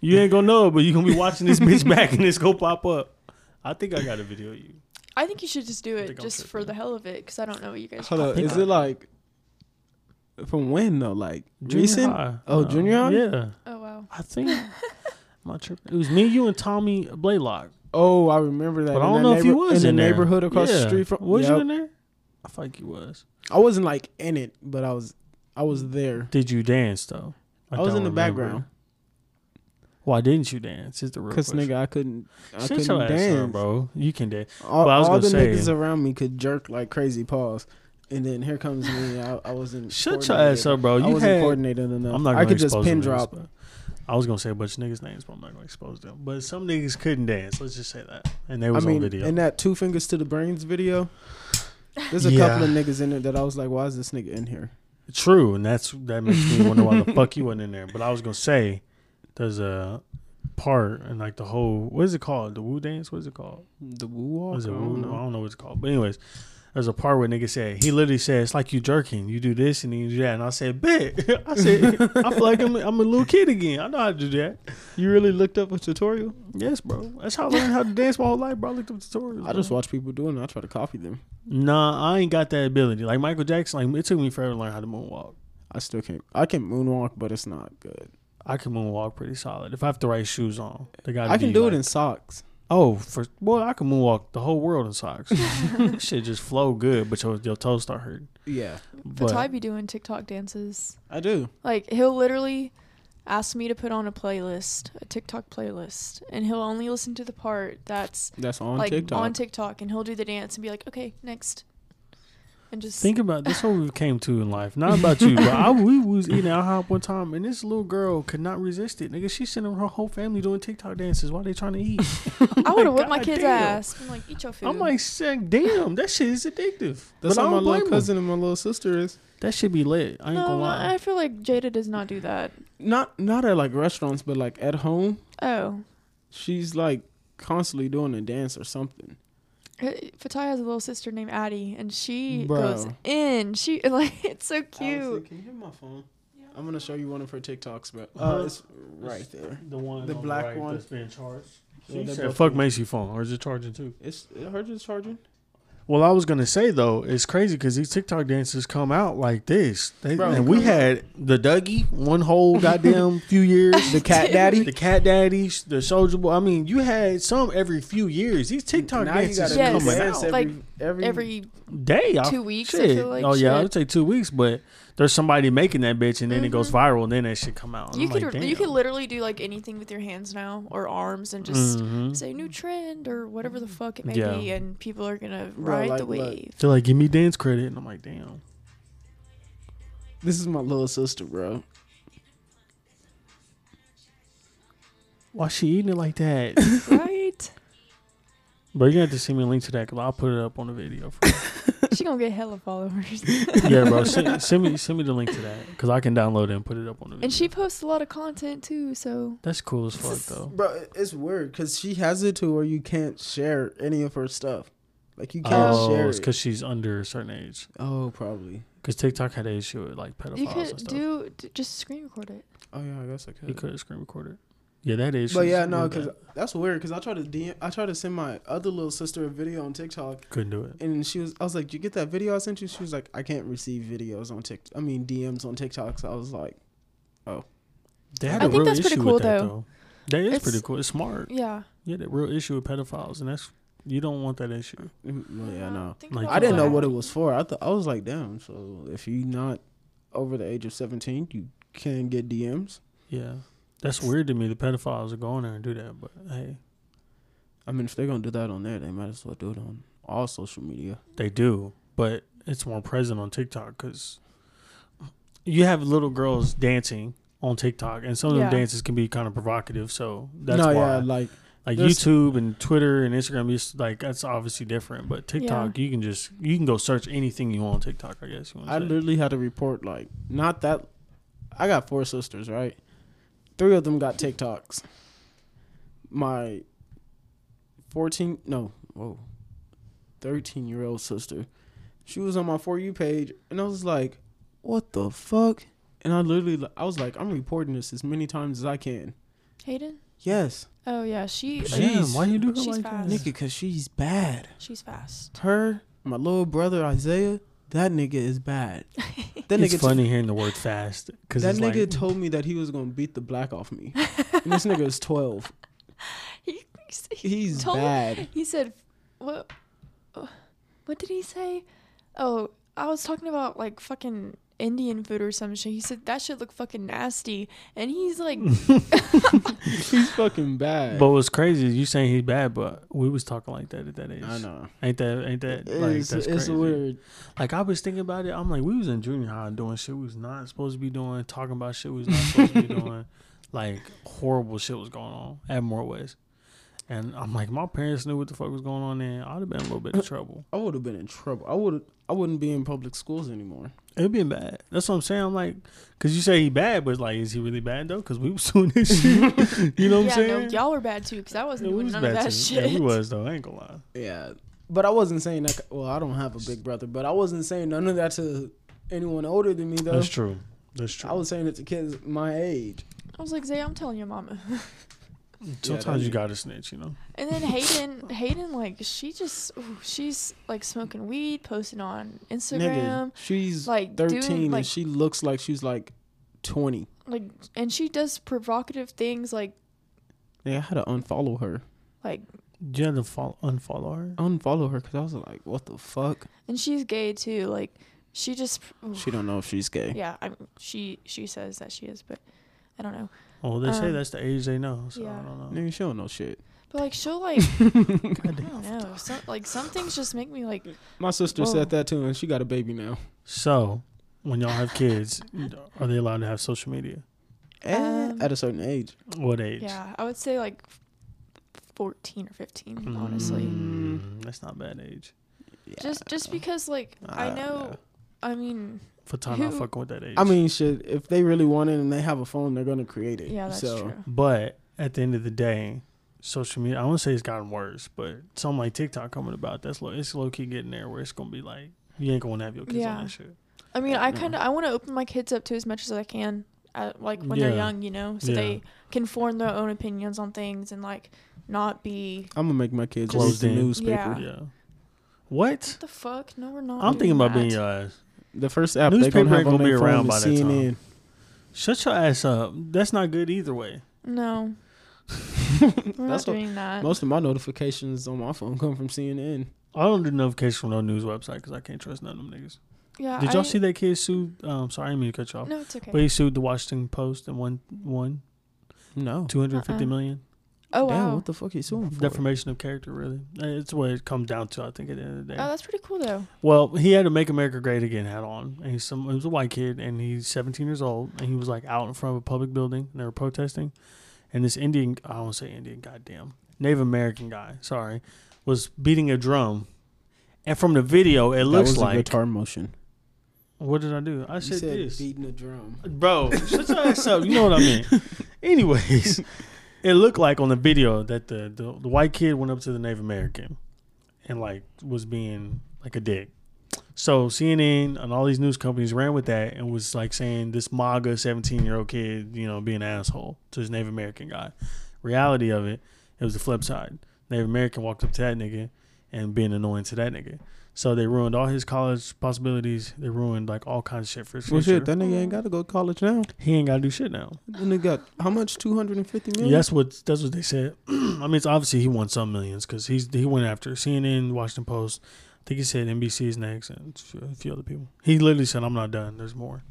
You ain't gonna know, it, but you gonna be watching this bitch back, and it's gonna pop up. I think I got a video of you. I think you should just do it think I'm just for tripping. the hell of it because I don't know what you guys. Hold talk up, think is I- it like from when though? Like Junior recent? high. Oh, Uh, junior high? Yeah, Oh wow. I think. My trip. It was me, you, and Tommy Blaylock. Oh, I remember that. But I don't in that know if you neighbor- was in, in the there. neighborhood across the Yeah. street from. Was Yep. you in there? I feel like you was. I wasn't like in it, but I was. I was there. Did you dance though? I was don't in the remember. background Why didn't you dance? Is the real because question. nigga, I couldn't. I Shut your couldn't ass up, dance, bro. You can dance. All, Well, I was all the gonna say- niggas around me could jerk like crazy. Pause, and then here comes me. I, I wasn't. Shut your ass up, bro. Oh, coordinated. You I wasn't had. coordinated enough. I'm not. Gonna I could just expose pin the names, drop. but- I was gonna say a bunch of niggas' names, but I'm not gonna expose them. But some niggas couldn't dance. Let's just say that, and they I was mean, on video. in that two fingers to the brains video, there's a Yeah. couple of niggas in there that I was like, why is this nigga in here? True, and that's that makes me wonder why the fuck you wasn't in there. But I was gonna say, there's a part and like the whole what is it called? The woo dance? What is it called? The woo walk. Is it woo? I don't know what it's called. But anyways, there's a part where nigga said he literally said it's like you jerking. You do this and then you do that, and I said bet. I said I feel like I'm a, I'm a little kid again. I know how to do that. You really looked up a tutorial? Yes, bro. That's how I learned how to dance my whole life, bro. I looked up tutorials. bro. I just watch people doing it. I try to copy them. Nah, I ain't got that ability. Like Michael Jackson, like it took me forever to learn how to moonwalk. I still can't. I can moonwalk, but it's not good. I can moonwalk pretty solid if I have the right shoes on. They got. I can do it in socks. Oh, for well, I can moonwalk the whole world in socks. Shit just flow good, but your your toes start hurting. Yeah, But I But be doing TikTok dances. I do. Like he'll literally ask me to put on a playlist, a TikTok playlist, and he'll only listen to the part that's That's on like TikTok. on TikTok, and he'll do the dance and be like, "Okay, next," and just think about this: what we came to in life. Not about you, but I we was eating out hop one time, and this little girl could not resist it. Nigga, she sending her whole family doing TikTok dances while they trying to eat. I would have whipped my God kid's damn. ass. I'm like, "Eat your food." I'm like, sick, damn, that shit is addictive. That's but I how don't my blame little 'em. cousin and my little sister is. That should be lit. I ain't gonna no, lie. I feel like Jada does not do that. Not not at like restaurants, but like at home, Oh, she's like constantly doing a dance or something. Uh, Fatai has a little sister named Addie, and she Bro. goes in. She like it's so cute. can you hear my phone? I'm gonna show you one of her TikToks, but uh, Uh-huh. it's right there. The one, The on the black right one. that's being charged. Yeah, She they're said, both "Fuck good. Macy phone," or is it charging too? It's her just charging. Well, I was gonna say though, it's crazy because these TikTok dances come out like this, they, Bro, and we come- had the Dougie one whole goddamn few years, The cat daddy. the Cat Daddies, the Soldier Boy. I mean, you had some every few years. These TikTok Now you dances gotta Yes. coming dance out Like, every, every Every day, I- two weeks, I Shit. feel like, oh yeah, shit. I would say two weeks, but there's somebody making that bitch, and then it goes viral, and then that shit come out. and Mm-hmm. you I'm could like, damn. you could literally do like anything with your hands now or arms and just Mhm. say new trend or whatever the fuck it may Yeah. be, and people are gonna Bro, ride like, the look. wave. They're like, give me dance credit, and I'm like, damn. This is my little sister, bro. Why she eating it like that? right? Bro, you got to send me a link to that because I'll put it up on the video. For She gonna get hella followers, you. yeah, bro, send, send me send me the link to that because I can download it and put it up on the video. and she posts a lot of content too. So that's cool as fuck though. Bro, it's weird because she has it to where you can't share any of her stuff. Like you can't Oh, share it's it. because she's under a certain age. Oh, probably. Because TikTok had an issue with like pedophiles you and could stuff. do d- just screen record it. Oh yeah, I guess I could. you could screen record it. Yeah, that is. But yeah, no, because that's weird. Because I tried to DM, I tried to send my other little sister a video on TikTok, couldn't do it. and she was, I was like, "Did you get that video I sent you?" She was like, "I can't receive videos on TikTok. I mean DMs on TikTok." So I was like, They had I a think real that's issue pretty cool, with that though. though. That is It's- pretty cool. It's smart. Yeah, Yeah, the real issue with pedophiles, and that's you don't want that issue. "Mm, well, "Yeah, no." Think Like, about I didn't know that. what it was for. I thought I was like, "Damn!" So if you not over the age of seventeen, you can get DMs. Yeah, that's weird to me. The pedophiles are going there and do that, but hey, I mean, if they're gonna do that on there, they might as well do it on all social media. They do, but it's more present on TikTok because you have little girls dancing on TikTok, and some of Yeah. them dances can be kind of provocative. So that's no, why, yeah, like like there's- YouTube and Twitter and Instagram, is like that's obviously different. But TikTok, you can just you can go search anything you want on TikTok. I guess you want I to say. literally had to report like not that. I got four sisters, right? Three of them got TikToks. My fourteen, no, whoa, thirteen year old sister, She was on my for you page, and I was like, "What the fuck?" And I literally, I was like, "I'm reporting this as many times as I can." Hayden? Yes, Oh yeah, she She- Damn, Jeez. why you do her She's like fast. that? nigga, cause she's bad. she's fast. Her, my little brother Isaiah, that nigga is bad. That it's nigga, funny hearing the word fast because that that nigga like, told me that he was gonna beat the black off me, and this nigga is twelve. He, he- He's Told- bad. he said, "What? uh, What did he say? Oh, I was talking about like fucking Indian food or some shit. He said that shit look fucking nasty, and he's like, He's fucking bad. but what's crazy is you saying he's bad, but we was talking like that at that age. I know. Ain't that ain't that like It's, that's it's crazy? weird. Like I was thinking about it, I'm like, we was in junior high doing shit we was not supposed to be doing, talking about shit we was not supposed to be doing. Like horrible shit was going on at Morwest. And I'm like, my parents knew what the fuck was going on there. I'd have been a little bit of trouble. I would have been in trouble. I would. I wouldn't be in public schools anymore. It'd been bad. That's what I'm saying. I'm like, cause you say he bad, but like, is he really bad though? Cause we was doing this shit. you know what yeah, I'm no, saying? y'all were bad too, because I wasn't Yeah, we doing was none of bad that too. shit. Yeah, we was though. I ain't gonna lie. Yeah, but I wasn't saying that. Well, I don't have a big brother, but I wasn't saying none of that to anyone older than me though. That's true. That's true. I was saying it to kids my age. I was like, Zay, I'm telling your mama. Sometimes that- you gotta snitch, you know. And then Hayden, Hayden, like she just, ooh, she's like smoking weed, posting on Nigga, Instagram, she's like, like doing, thirteen like- and she looks like she's like twenty. like, and she does provocative things, like, Yeah, I had to unfollow her. like, You had to follow, unfollow her. Unfollow her because I was like, what the fuck? and she's gay too, like, she just, ooh, She don't know if she's gay. yeah, I mean, she she says that she is, but I don't know. Oh, they say Um, that's the age they know. So yeah. I don't know. Nigga, she don't know shit. But like, she'll like, I don't know, so, like some things just make me like, My sister Whoa. said that too, and she got a baby now. So, when y'all have kids, are they allowed to have social media? Eh, Um, at a certain age. What age? yeah, I would say like, fourteen or fifteen, honestly. Mm, that's not bad age. Just just because like I I don't know, know. I mean, For time, not Who- fucking with that age. I mean, shit. If they really want it and they have a phone, they're gonna create it. yeah, that's so, true. but at the end of the day, social media. I won't say it's gotten worse, but something like TikTok coming about. That's low. It's low key getting there where it's gonna be like you ain't gonna have your kids Yeah. on that shit. I mean, Yeah, I no. kind of I want to open my kids up to as much as I can, uh like when Yeah. they're young, you know, so Yeah. they can form their own opinions on things and like not be I'm gonna make my kids read Closed the in. newspaper. Yeah. Yeah. What? what the fuck. No, we're not. I'm thinking doing about being that. your ass. The first app they're Newspaper gonna ain't have on gonna be their around phone by is that time. CNN. Shut your ass up. That's not good either way. No, we're not That's what- doing that. Most of my notifications on my phone come from CNN. I don't do notifications from no news website because I can't trust none of them niggas. yeah. Did y'all I- see that kid sued? Um, sorry, I didn't mean to cut you off. No, it's okay. But he sued the Washington Post and won won No. two hundred fifty Uh-uh. million oh Damn, wow. what the fuck you suing for? Defamation of character, really. Uh, It's what it comes down to, I think, at the end of the day. Oh, that's pretty cool though. well, he had a Make America Great Again hat on. And he's some, it was a white kid, and he's 17 years old, and he was like out in front of a public building, and they were protesting. And this Indian, I don't say Indian, goddamn, Native American guy, sorry, was beating a drum. And from the video, it That looks was a like. guitar motion. What did I do? I You said, this. beating a drum. Bro, shut your ass up. You know what I mean. Anyways, it looked like on the video that the, the, the white kid went up to the Native American and like was being like a dick. So CNN and all these news companies ran with that and was like saying this MAGA 17 year old kid, you know, being an asshole to this Native American guy. Reality of it, it was the flip side. Native American walked up to that nigga and being annoying to that nigga. So they ruined all his college possibilities. They ruined like all kinds of shit for his future. Well, shit, that nigga Oh. ain't got to go to college now. He ain't gotta do shit now. That nigga got how much? Two hundred and fifty million. Mm-hmm. Yeah, that's what that's what they said. I mean, it's obviously he won some millions because he's he went after CNN, Washington Post. I think he said NBC is next and a few- a few other people. He literally said, "I'm not done. There's more."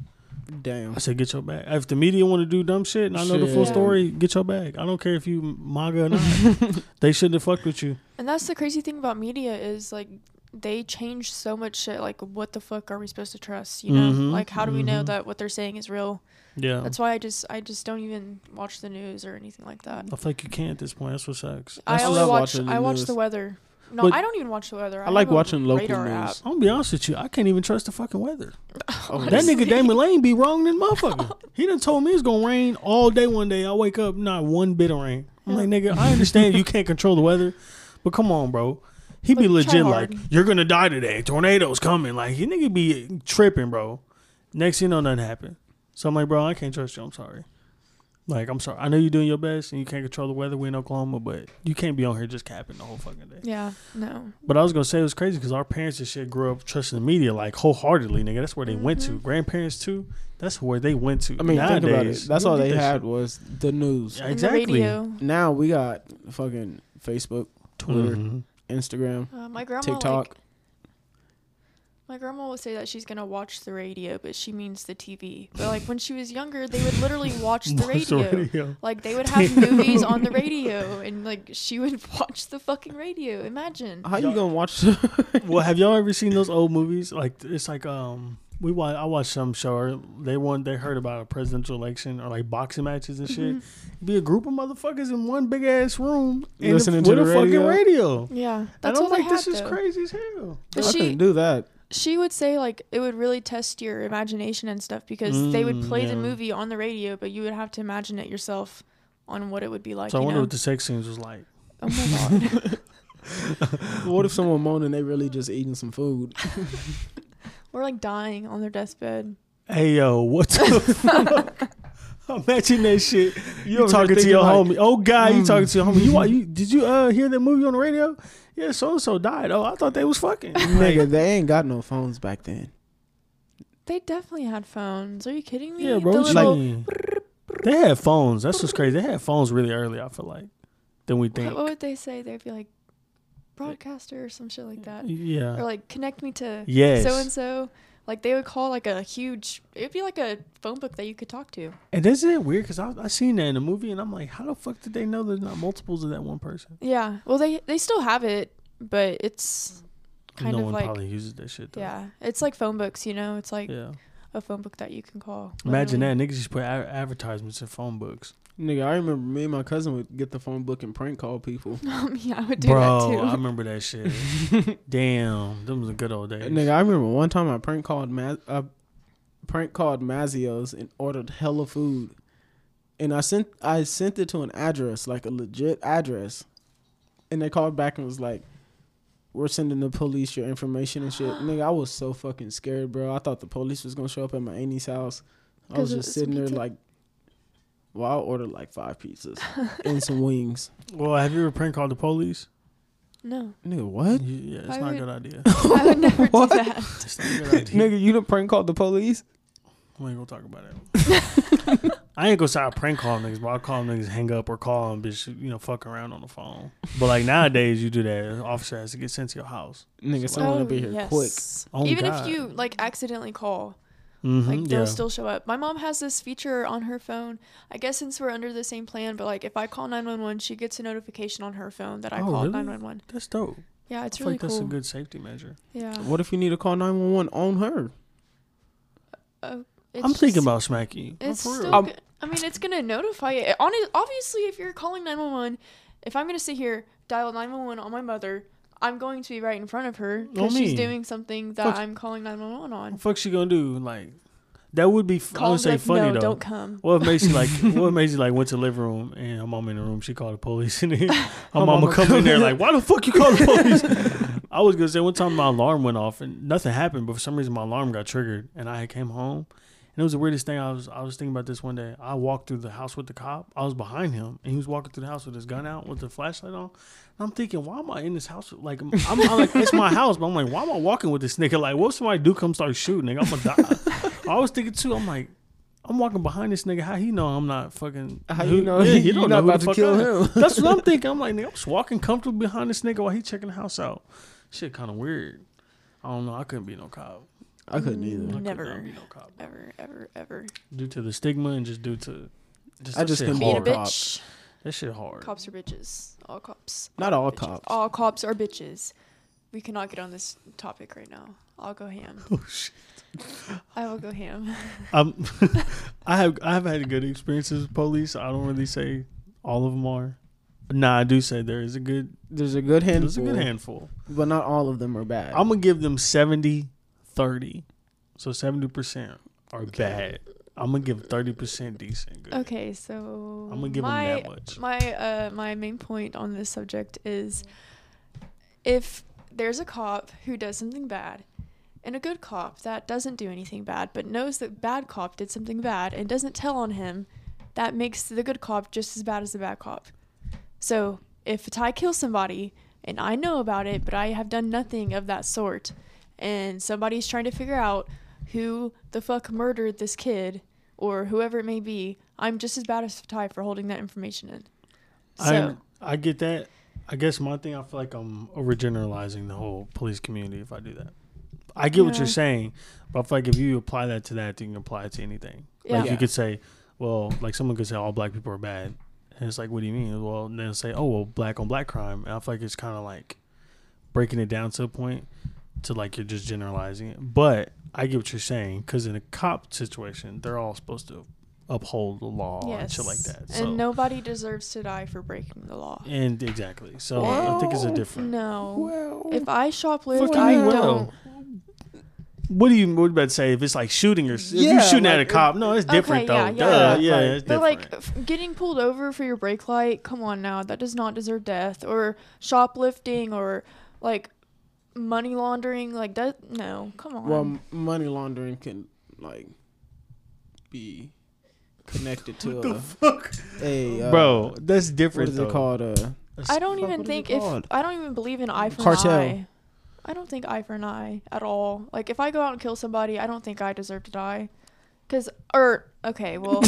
Damn. I said, "Get your bag." If the media want to do dumb shit and I know the full Shit. story, get your bag. I don't care if you MAGA or not. they shouldn't have fucked with you. And that's the crazy thing about media is like they change so much shit. Like, what the fuck are we supposed to trust? You know, Mhm, like how do we know mhm. that what they're saying is real? Yeah, That's why I just I just don't even watch the news or anything like that. I feel like you can't at this point. That's what sucks. I I only love watch watching the I watch news. the weather. No, But- I don't even watch the weather. I like have a watching local radar news. app. I'm gonna be honest with you. I can't even trust the fucking weather. Oh, That nigga Damon Lane be wrong than motherfucker. He done told me it's gonna rain all day one day. I wake up, not one bit of rain. I'm like, nigga, I understand you can't control the weather, but come on, bro. He be Like, try legit hard. like, you're gonna die today. Tornadoes coming. Like you nigga be tripping, bro. Next you know nothing happened. So I'm like, bro, I can't trust you. I'm sorry. Like I'm sorry. I know you're doing your best and you can't control the weather. We in Oklahoma, but you can't be on here just capping the whole fucking day. Yeah, no. But I was gonna say it was crazy because our parents and shit grew up trusting the media like wholeheartedly, nigga. That's where they went Mm-hmm. to. Grandparents too. That's where they went to. I mean, Nowadays, think about it. That's you all don't they get that had shit. was the news. Yeah, exactly. And the radio. Now we got fucking Facebook, Twitter, Mhm. Instagram, Uh, my grandma. TikTok. Like, my grandma would say that she's gonna watch the radio, but she means the TV. But like when she was younger, they would literally watch the Watch the radio. radio. Like they would have movies on the radio, and like she would watch the fucking radio. Imagine. How you Y'all- gonna watch? well, have y'all ever seen those old movies? Like it's like um we watch I watched some show or they won they heard about a presidential election or like boxing matches and shit. Mm-hmm. Be a group of motherfuckers in one big ass room and Listening with to the a fucking radio. radio. Yeah, And that's I'm what they like, had. this is though. crazy as hell. I But she couldn't do that. she would say like it would really test your imagination and stuff because they would Mm, play yeah. the movie on the radio, but you would have to imagine it yourself on what it would be like. So I you wonder know? what the sex scenes was like. oh my god. What if someone moaned and they really just eating some food? We're like dying on their deathbed. Hey yo, what the fuck? Imagine that shit. You, over there talking to thinking your like, homie. Oh god, you mm. talking to your homie. You, wa- you did you uh hear that movie on the radio? Yeah, so and so died. Oh, I thought they was fucking. Like, Nigga, they ain't got no phones back then. They definitely had phones. Are you kidding me? Yeah, bro. The what you little- mean? they had phones. That's what's crazy. They had phones really early. I feel like than we what, think. what would they say? They'd be like broadcaster or some shit like that, or Yeah. like connect me to Yes. so and so. Like they would call like a huge. It'd be like a phone book that you could talk to. And isn't it weird? Cause I I seen that in a movie, and I'm like, how the fuck did they know there's not multiples of that one person? Yeah. Well, they they still have it, but it's kind no of one like probably uses that shit. Though. yeah, it's like phone books. You know, it's like Yeah. a phone book that you can call. Imagine literally. that niggas just put a- advertisements in phone books. Nigga, I remember me and my cousin would get the phone book and prank call people. Um, yeah, I would do Bro, I that too. remember that shit. Damn, them was a good old days. Nigga, I remember one time I prank called Maz- I prank called Mazio's and ordered hella food, and I sent I sent it to an address like a legit address, and they called back and was like, "We're sending the police your information and shit." Nigga, I was so fucking scared, bro. I thought the police was gonna show up at my auntie's house. I 'Cause was it just was sitting there pizza? like, well, I ordered like five pizzas and some wings. well, have you ever prank called the police? No, Nigga, what? You- yeah, it's I not a would- good idea. I would never do that. It's not a good idea. Nigga, you done prank called the police? We ain't gonna talk about that. I ain't gonna start prank calling niggas, but I'll call niggas, hang up, or call them, bitch, you know, fuck around on the phone. But like nowadays, you do that. An officer has to get sent to your house. Nigga, someone will be here quick. Oh, Even God. if you like accidentally call, Mm-hmm, like they'll yeah. still show up. My mom has this feature on her phone. I guess since we're under the same plan, but like if I call 911, she gets a notification on her phone that I Oh, called really? 911. that's dope. Yeah, I it's feel really like that's cool. a good safety measure. yeah. What if you need to call 911 on her? It's I'm thinking just- about smacking you. It's for real. still. Um, go- I mean, it's gonna notify it. Honest, obviously, if you're calling 911, if I'm gonna sit here dial 911 on my mother, I'm going to be right in front of her What because she's mean? doing something that Fuck. I'm calling 911 What on. fuck she gonna do? Like, that would be. F- I Call would and be say like, funny no, though. don't come. What if Macy like? What if Macy like went to the living room and her mom in the room? She called the police and then her, mama, mama come come in there in. like, "Why the fuck you call the police?" I was gonna say one time my alarm went off and nothing happened, but for some reason my alarm got triggered and I came home. And it was the weirdest thing. I was I was thinking about this one day. I walked through the house with the cop. I was behind him, and he was walking through the house with his gun out, with the flashlight on. And I'm thinking, why am I in this house? Like, I'm, I'm like, it's my house, but I'm like, why am I walking with this nigga? Like, what if somebody do come start shooting? Nigga, I'm gonna die. I was thinking too. I'm like, I'm walking behind this nigga. How he know I'm not fucking? How who- you know Yeah, he you don't not know who about the to fuck kill I am. him? That's what I'm thinking. I'm like, nigga, I'm just walking comfortable behind this nigga while he checking the house out. Shit, kind of weird. I don't know. I couldn't be no cop. I couldn't I either. could Never. not be no cop Ever, ever, ever. due to the stigma and just due to. Just I that just shit couldn't be Being a hard. Hard. bitch. That shit hard. Cops are bitches. All cops. Not all bitches. cops. All cops are bitches. We cannot get on this topic right now. I'll go ham. Oh shit. I will go ham. Um, I have I have had good experiences with police. I don't really say all of them are. Nah, I do say there is a good There's a good handful, there's a good handful. but not all of them are bad. I'm gonna give them 70 30. So 70% are bad. I'm gonna give 30% decent good. Okay, so I'm gonna give my them that much. my uh my main point on this subject is if there's a cop who does something bad and a good cop that doesn't do anything bad but knows that bad cop did something bad and doesn't tell on him, that makes the good cop just as bad as the bad cop. So if Ty kills somebody and I know about it, but I have done nothing of that sort, and somebody's trying to figure out who the fuck murdered this kid or whoever it may be, I'm just as bad as Ty for holding that information in. I So I get that. I guess my thing, I feel like I'm overgeneralizing the whole police community if I do that. I get what Yeah. you're saying, but I feel like if you apply that to that, then you can apply it to anything. Like Yeah. you could say, well, like someone could say all black people are bad, and it's like, what do you mean? Well, and they'll say, oh, well, black on black crime, and I feel like it's kind of like breaking it down to a point to like you're just generalizing it. But I get what you're saying because in a cop situation, they're all supposed to uphold the law and shit like that. So. And nobody deserves to die for breaking the law. And exactly. So I think it's a Well, different. No. Well, Oh, If I shoplift, Fucking I well. don't. What do you what about to say if it's like shooting or if Yeah, you shooting at a like, cop? No, it's different yeah, though. yeah, Duh. yeah. Yeah, Like- it's But different. like f- getting pulled over for your brake light, come on now, that does not deserve death. Or shoplifting, or like money laundering, like that. No, come on. well, m- money laundering can like be connected to a, a uh, Bro, that's What different is though. it called? Uh, I fuck, don't even what is it think if called? I don't even believe in eye for Cartel. an eye. I don't think eye for an eye at all. Like if I go out and kill somebody, I don't think I deserve to die. Cause or okay, well.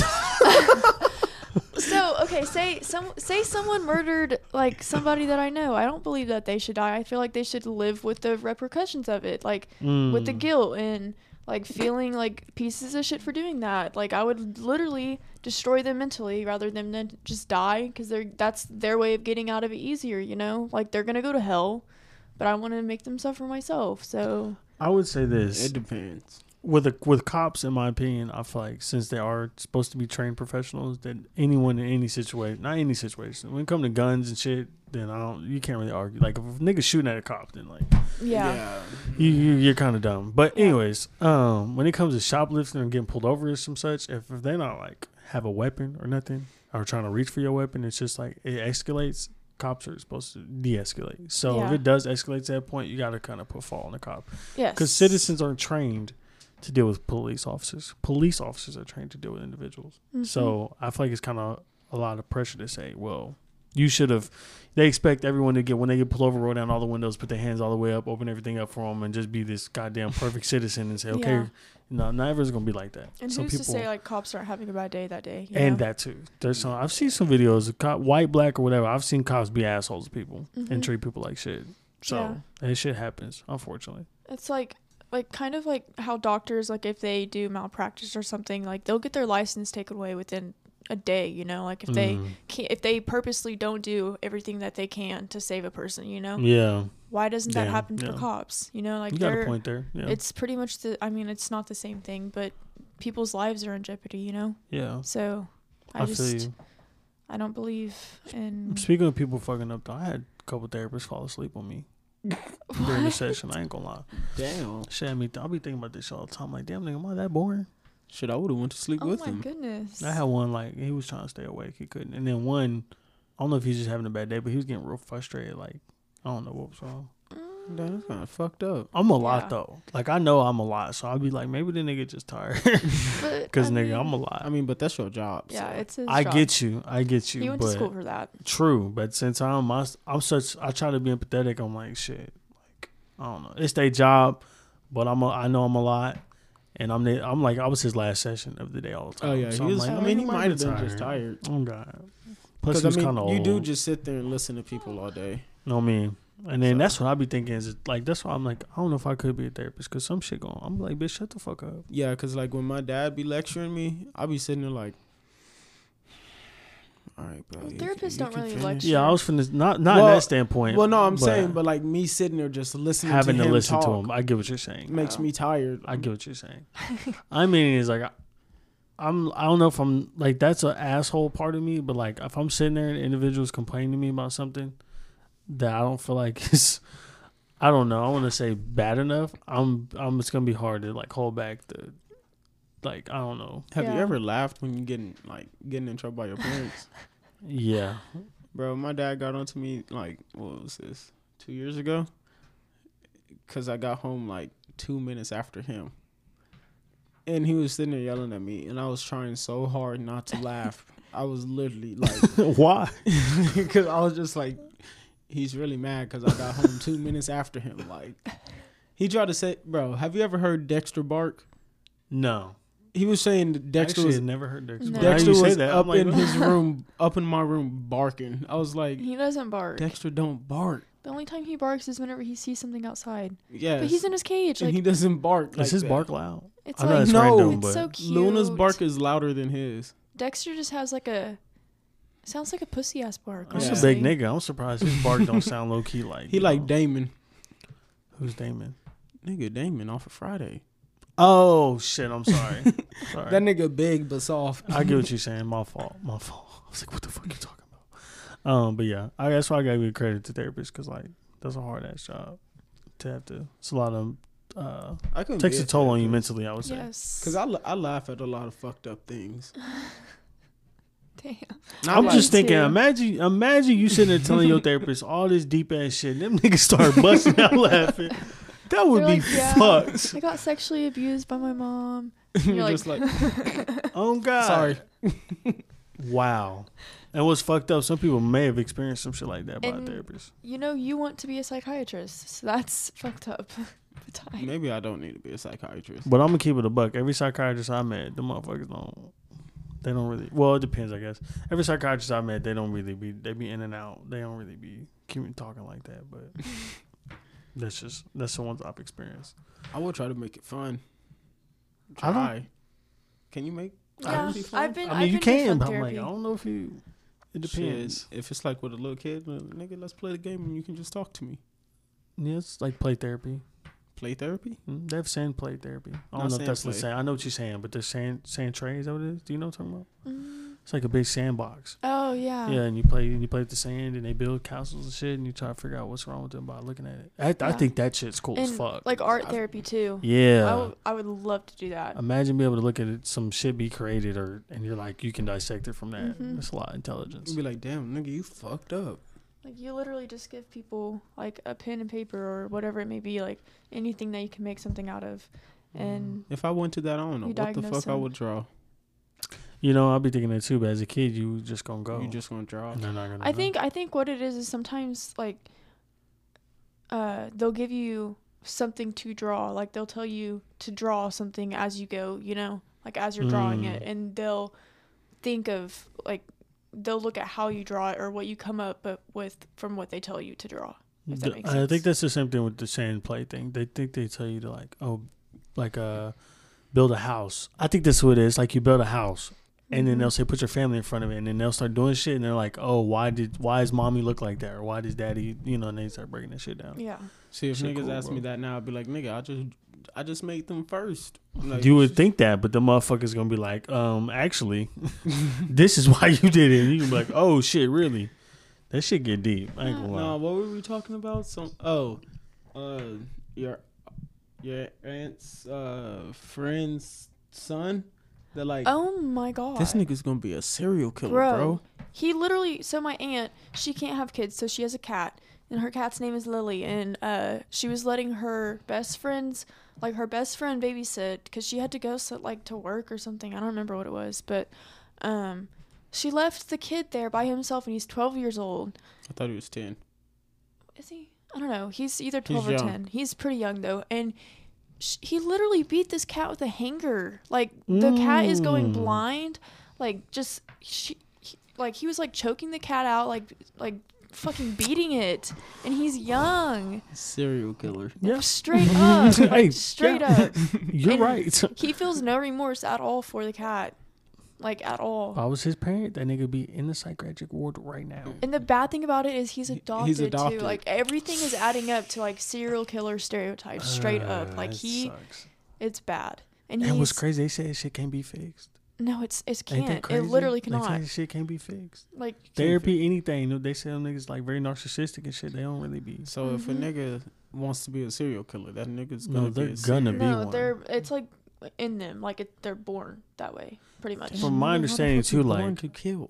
so okay, say some say someone murdered like somebody that I know. I don't believe that they should die. I feel like they should live with the repercussions of it, like with the Mm. guilt and like feeling like pieces of shit for doing that. Like I would literally destroy them mentally rather than them just die because they're that's their way of getting out of it easier. You know, like they're gonna go to hell, but I want to make them suffer myself. So I would say this It depends. with a, with cops, in my opinion, I feel like since they are supposed to be trained professionals, that anyone in any situation, not any situation, when it comes to guns and shit, then I don't. You can't really argue. Like if a nigga shooting at a cop, then like yeah, You, you you're kind of dumb. But Yeah. anyways, um, when it comes to shoplifting and getting pulled over or some such, if, if they not like have a weapon or nothing or trying to reach for your weapon, it's just like it escalates. Cops are supposed to de-escalate. So if Yeah. it does escalate to that point, you got to kind of put fall on the cop yes, because citizens aren't trained to deal with police officers. Police officers are trained to deal with individuals. Mhm. So I feel like it's kind of a lot of pressure to say, well, you should have. They expect everyone to get when they get pulled over, roll down all the windows, put their hands all the way up, open everything up for them, and just be this goddamn perfect citizen and say, okay, Yeah. no, not everyone's gonna be like that. And some who's people, to say like cops aren't having a bad day that day? you and know? that too. There's some. I've seen some videos, of cop, white, black, or whatever. I've seen cops be assholes to people and Mhm. treat people like shit. So that shit happens, unfortunately. It's like like kind of like how doctors like if they do malpractice or something like they'll get their license taken away within a day, you know, like if they Mm. can't if they purposely don't do everything that they can to save a person, you know. yeah, Why doesn't that Yeah, happen yeah. for cops? You know, like you got a they're- point there. Yeah, it's pretty much the I mean, it's not the same thing, but people's lives are in jeopardy, you know. yeah. So I, I, feel just Mm-hmm. you. I don't believe in Speaking of people fucking up, though, I had a couple therapists fall asleep on me during the session. I ain't gonna lie. Damn. Shit, I mean, I'll be thinking about this shit all the time. like, damn, nigga, am I that boring? Shit, I would have went to sleep Oh with my him. goodness. I had one like he was trying to stay awake, he couldn't, and then one, I don't know if he's just having a bad day, but he was getting real frustrated. Like, I don't know what was wrong. Mm. Damn, that's kind of fucked up. I'm a lot Yeah. though. Like, I know I'm a lot, so I'll be like, maybe the nigga just tired, But, because I nigga, mean, I'm a I lot. mean, but that's your job. Yeah, so. it's his I job. get you, I get you. You went but to school for that. True, but since I'm my, I'm such I try to be empathetic. I'm like shit, like I don't know. It's their job, but I'm a, I know I'm a lot, and I'm the, I'm like I was his last session of the day all the time. Oh yeah, So he I'm was, like, I mean, he might be have been just tired. Oh god. Plus Because he was I mean, kind of old. you do just sit there and listen to people all day. know what I mean. And then So- that's what I be thinking is like that's why I'm like I don't know if I could be a therapist because some shit going. I'm like bitch, shut the fuck up. Yeah, because like when my dad be lecturing me, I be sitting there like, all right, bro. Well, you therapists can- don't you can really finish." lecture. Yeah, I was finna not not in Well- that standpoint. Well, no, I'm saying, but like me sitting there just listening, having to, to, him listen to talk him, I get what you're saying. makes me tired. I get what you're saying. I mean, it's like I, I'm. I don't know if I'm like that's an asshole part of me, but like if I'm sitting there and individuals complaining to me about something that I don't feel like is, I don't know. I want to say bad enough. I'm. I'm. It's gonna be hard to like hold back the, like I don't know. Have you Yeah. ever laughed when you getting like getting in trouble by your parents, Yeah. bro? My dad got onto me like what was this two years ago because I got home like two minutes after him. And he was sitting there yelling at me, and I was trying so hard not to laugh. I was literally like, Why? because I was just like, he's really mad because I got home two minutes after him. Like, he tried to say, bro, have you ever heard Dexter bark? No. He was saying that Dexter Actually, was I've never heard Dexter. No. Now Dexter you say was that, up I'm like, in his room, up in my room barking. I was like, He doesn't bark. Dexter, don't bark. the only time he barks is whenever he sees something outside. Yes. But he's in his cage. and Like he doesn't bark. like is his that. bark loud? it's I know like it's No. random, it's but so cute. Luna's bark is louder than his. Dexter just has like a sounds like a pussy ass bark. he's a honestly. big nigga. I'm surprised his bark don't sound low key like. He you like know, Damon. who's Damon? Nigga, Damon off of Friday. Oh shit! I'm sorry. sorry. That nigga big but soft. I get what you're saying. My fault. My fault. I was like, what the fuck you talking about? Um, but yeah, I, that's why I gotta give credit to therapists because like that's a hard ass job to have to. It's a lot of uh, I couldn't takes be a toll on you therapist. mentally. I would say. Yes. Cause I, la- I laugh at a lot of fucked up things. Damn. Not I'm like- just thinking. too. Imagine, imagine you sitting there telling your therapist all this deep ass shit, and them niggas start busting out laughing. That would They're be like, "Yeah." fucked. I got sexually abused by my mom. you're You're just like, like, Oh God! sorry. Wow. And what's fucked up? Some people may have experienced some shit like that by a And- therapist. you know, you want to be a psychiatrist, so that's fucked up. but I, Maybe I don't need to be a psychiatrist. But I'm gonna keep it a buck. Every psychiatrist I met, the motherfuckers don't. They don't really. Well, it depends, I guess. Every psychiatrist I met, they don't really be. They be in and out. They don't really be keep talking like that. But that's just that's the ones I've experienced. I will try to make it fun. I don't- Try. Can you make? yeah, therapy fun? I've been. I mean, have you been to can, fun but I'm like, therapy. I don't know if you. It depends. Shit, If it's like with a little kid, well, nigga, let's play the game and you can just talk to me. Yeah, it's like play therapy. Play therapy? Mm, They've saying play therapy. I don't Not know if sand that's the play. same. I know what you're saying, but they're saying sand tray. Is that what it is? Do you know what I'm talking about? Mm. It's like a big sandbox. Oh yeah. Yeah, and you play and you play with the sand, and they build castles and shit, and you try to figure out what's wrong with them by looking at it. I, I Yeah. think that shit's cool as And, fuck. Like art I've- therapy too. yeah, I, w- I would love to do that. imagine being able to look at it, some shit be created, or and you're like you can dissect it from that. Mhm. That's a lot of intelligence. You'd be like, damn, nigga, you fucked up. Like you literally just give people like a pen and paper or whatever it may be, like anything that you can make something out of, and If I went to that, I don't know You what the diagnose fuck I him. would draw. You know, I'll be thinking that too. But as a kid, you just gonna go. You just gonna draw. and they're not gonna I know. think I think what it is is sometimes like uh they'll give you something to draw. Like they'll tell you to draw something as you go, you know, like as you're drawing it Mm. and they'll think of like they'll look at how you draw it or what you come up but with from what they tell you to draw. if that Th- makes I think sense. that's the same thing with the sand play thing. They think they tell you to like, oh, like uh, build a house. I think that's what it is. Like you build a house, and Mm-hmm. then they'll say put your family in front of it, and then they'll start doing shit, and they're like, oh, why did why is mommy look like that, or why does daddy, you know, and they start breaking that shit down. Yeah. See, if Shit niggas cool, ask me bro. that now, I'd be like, nigga, I just, I just made them first. Like, You would think that, but the motherfucker's gonna be like, um, actually, this is why you did it. And you can be like, oh shit, really? That shit get deep. I ain't gonna lie. No, what were we talking about? Some oh, uh, your your aunt's uh friend's son. They're like, Oh my god. this nigga's gonna be a serial killer, bro. bro, He literally. So my aunt, she can't have kids, so she has a cat, and her cat's name is Lily. And uh, she was letting her best friend's, like her best friend, babysit because she had to go so, like to work or something. I don't remember what it was, but um, she left the kid there by himself, and he's 12 years old. I thought he was ten. Is he? I don't know. He's either 12 or young. 10. He's pretty young though, and. sh- He literally beat this cat with a hanger. Like the cat is going Mm. blind. Like just she, he, like he was like choking the cat out. Like like fucking beating it, and he's young. Serial killer. Yeah. Straight up, Hey, straight yeah. up. You're And- right. He feels no remorse at all for the cat, like at all. If I was his parent, that nigga be in the psychiatric ward right now. And the bad thing about it is he's adopted, adopted. too. Like everything is adding up to like serial killer stereotypes, straight Uh, up. Like he, it's bad. And And he's what's crazy? They say shit can't be fixed. no, it's it Ain't can't. that It crazy? literally They say cannot. shit can't be fixed. Like Therapy, anything. They say them niggas like very narcissistic and shit. They don't really be. So if a Mhm. nigga wants to be a serial killer, that nigga's No, gonna they're be a gonna serial- be no, one. they're it's like in them. Like it, they're born that way, pretty much. From my Nigga, how the understanding, fuck you too, born like- to kill.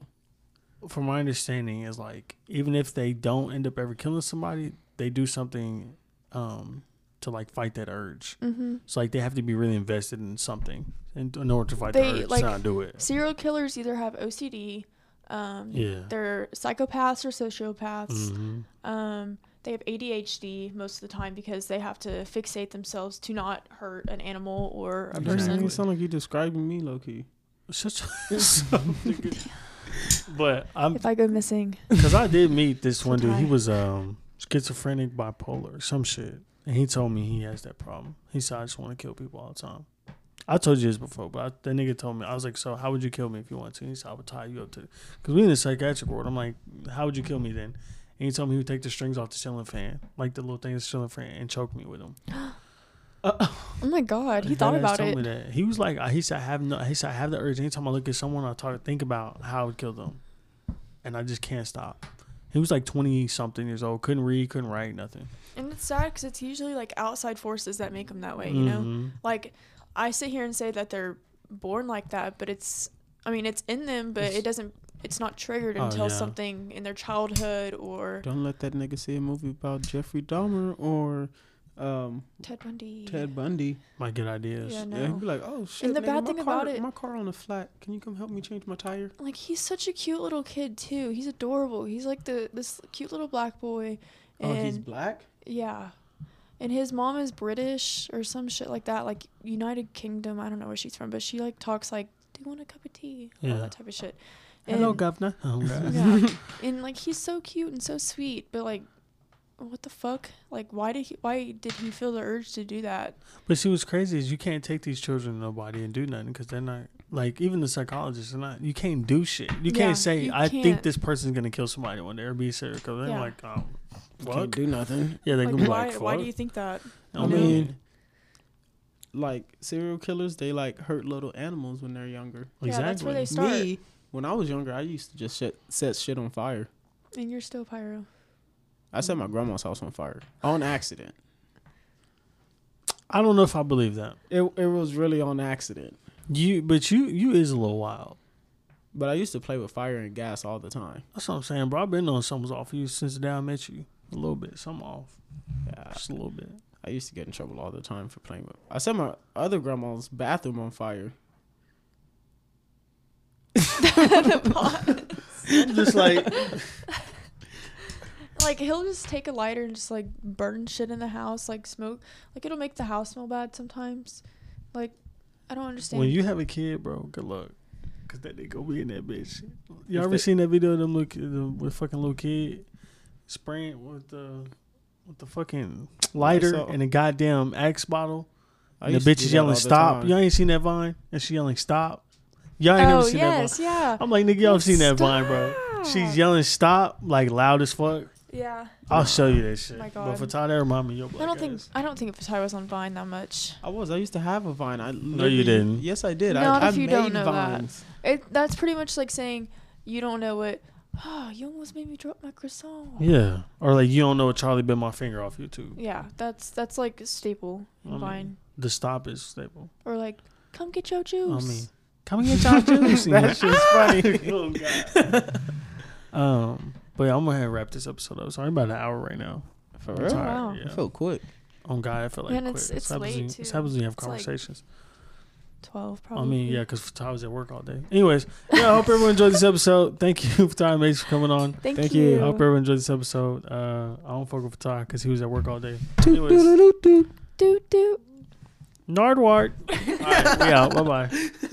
From my understanding, is like even if they don't end up ever killing somebody, they do something um, to like fight that urge. Mm-hmm. So like they have to be really invested in something in, in order to fight They, the urge like- to not do it. Serial killers either have OCD, um, Yeah. they're psychopaths or sociopaths. Mhm. Um, they have ADHD most of the time because they have to fixate themselves to not hurt an animal or a You person. Exactly. sound like you describing me, low key. Shut your- Nigga. but I'm If I go missing, because I did meet this one dude. He tired. was um schizophrenic, bipolar, or some shit, and he told me he has that problem. He said I just want to kill people all the time. I told you this before, but I, that nigga told me I was like, "So how would you kill me if you want to?" And he said, "I would tie you up to," because we in the psychiatric ward. I'm like, "How would you kill me then?" And he told me he would take the strings off the ceiling fan, like the little thing that's ceiling fan, and choke me with them. oh my god, he His thought headass about told it. me that. He was like, I- he said, I have no, he said, I have the urge. Anytime I look at someone, I try to think about how I would kill them, and I just can't stop. He was like twenty something years old, couldn't read, couldn't write, nothing. And it's sad because it's usually like outside forces that make them that way, you know? Mhm. Like, I sit here and say that they're born like that, but it's, I mean, it's in them, but It's- it doesn't, it's not triggered Oh, until yeah. something in their childhood or Don't let that nigga see a movie about Jeffrey Dahmer or um, Ted Bundy. Ted Bundy. My good ideas. Yeah, Yeah, no. he'd be like, "Oh shit!" And the nigga, bad my thing car, about it- my car on the flat. Can you come help me change my tire? Like, he's such a cute little kid, too. He's adorable. He's like the this cute little black boy. Oh, And he's black. yeah. And his mom is British or some shit like that, like United Kingdom. I don't know where she's from, but she like talks like, "Do you want a cup of tea?" All Yeah. that type of shit. Hello, And- governor. Oh, God. yeah. and like he's so cute and so sweet, but like, what the fuck? Like, why did he? Why did he feel the urge to do that? But see, what's crazy is you can't take these children to nobody and do nothing because they're not like even the psychologists are not. You can't do shit. You Yeah, can't say you I think can't. this person's gonna kill somebody one day or be serial killer. They're Yeah. like, oh, Can't what? do nothing. Yeah, they Like, can be why? like, fuck. why do you think that? I I mean, mean, like serial killers, they like hurt little animals when they're younger. exactly. Yeah, that's where they start. Me, when I was younger, I used to just set, set shit on fire. And you're still pyro. I set my grandma's house on fire on accident. I don't know if I believe that. It it was really on accident. You, but you, you is a little wild. But I used to play with fire and gas all the time. That's what I'm saying, bro. I've been knowing something's off of you since the day I met you. A little bit, something off, Yeah, just a little bit. I used to get in trouble all the time for playing with. I set my other grandma's bathroom on fire. just like Like he'll just take a lighter and just like burn shit in the house, like smoke. Like it'll make the house smell bad sometimes. Like I don't understand. when you have a kid, bro. Good luck, cause that nigga gonna be in that bitch. You If ever they- seen that video of them look the with fucking little kid spraying with the with the fucking lighter Lysol. and a goddamn Axe bottle, I and used the bitch to do is that all yelling the stop. time. Y'all ain't seen that vine, and she yelling stop. Y'all ain't never oh seen that vine. yes, yeah, I'm like nigga, y'all seen that vine, bro. Stop. She's yelling stop like loud as fuck. yeah. I'll show you that shit. my But God. for Todd, that remind me of your black I don't think ass. I don't think Fatai was on Vine that much. I was. I used to have a vine. I no, you didn't. Yes, I did. Not I, if I you made don't know that. vines. It that's pretty much like saying you don't know what. Oh, you almost made me drop my croissant. Yeah, or like you don't know Charlie bit my finger off YouTube. Yeah, that's that's like a staple I in mean- Vine. The stop is staple. Or like, come get your juice. I mean, come and get y'all juice. and That shit's funny. shit. Oh, God. um, but yeah, I'm gonna wrap this episode up. Sorry about an hour right now. For I'm real? tired, Wow. yeah. I feel quick. Oh God, I feel like Man, it's- quit. it's happens late, when you- too. This happens when you have It's like- conversations. Twelve I probably. mean, yeah, because I was at work all day. Anyways, yeah, I hope everyone enjoyed this episode. Thank you, Ty and Mace, for coming on. Thank, Thank you. you. I hope everyone enjoyed this episode. Uh, I don't fuck with Ty because he was at work all day. Anyways, Doot doot. Nardwart. all right, we out. Bye bye.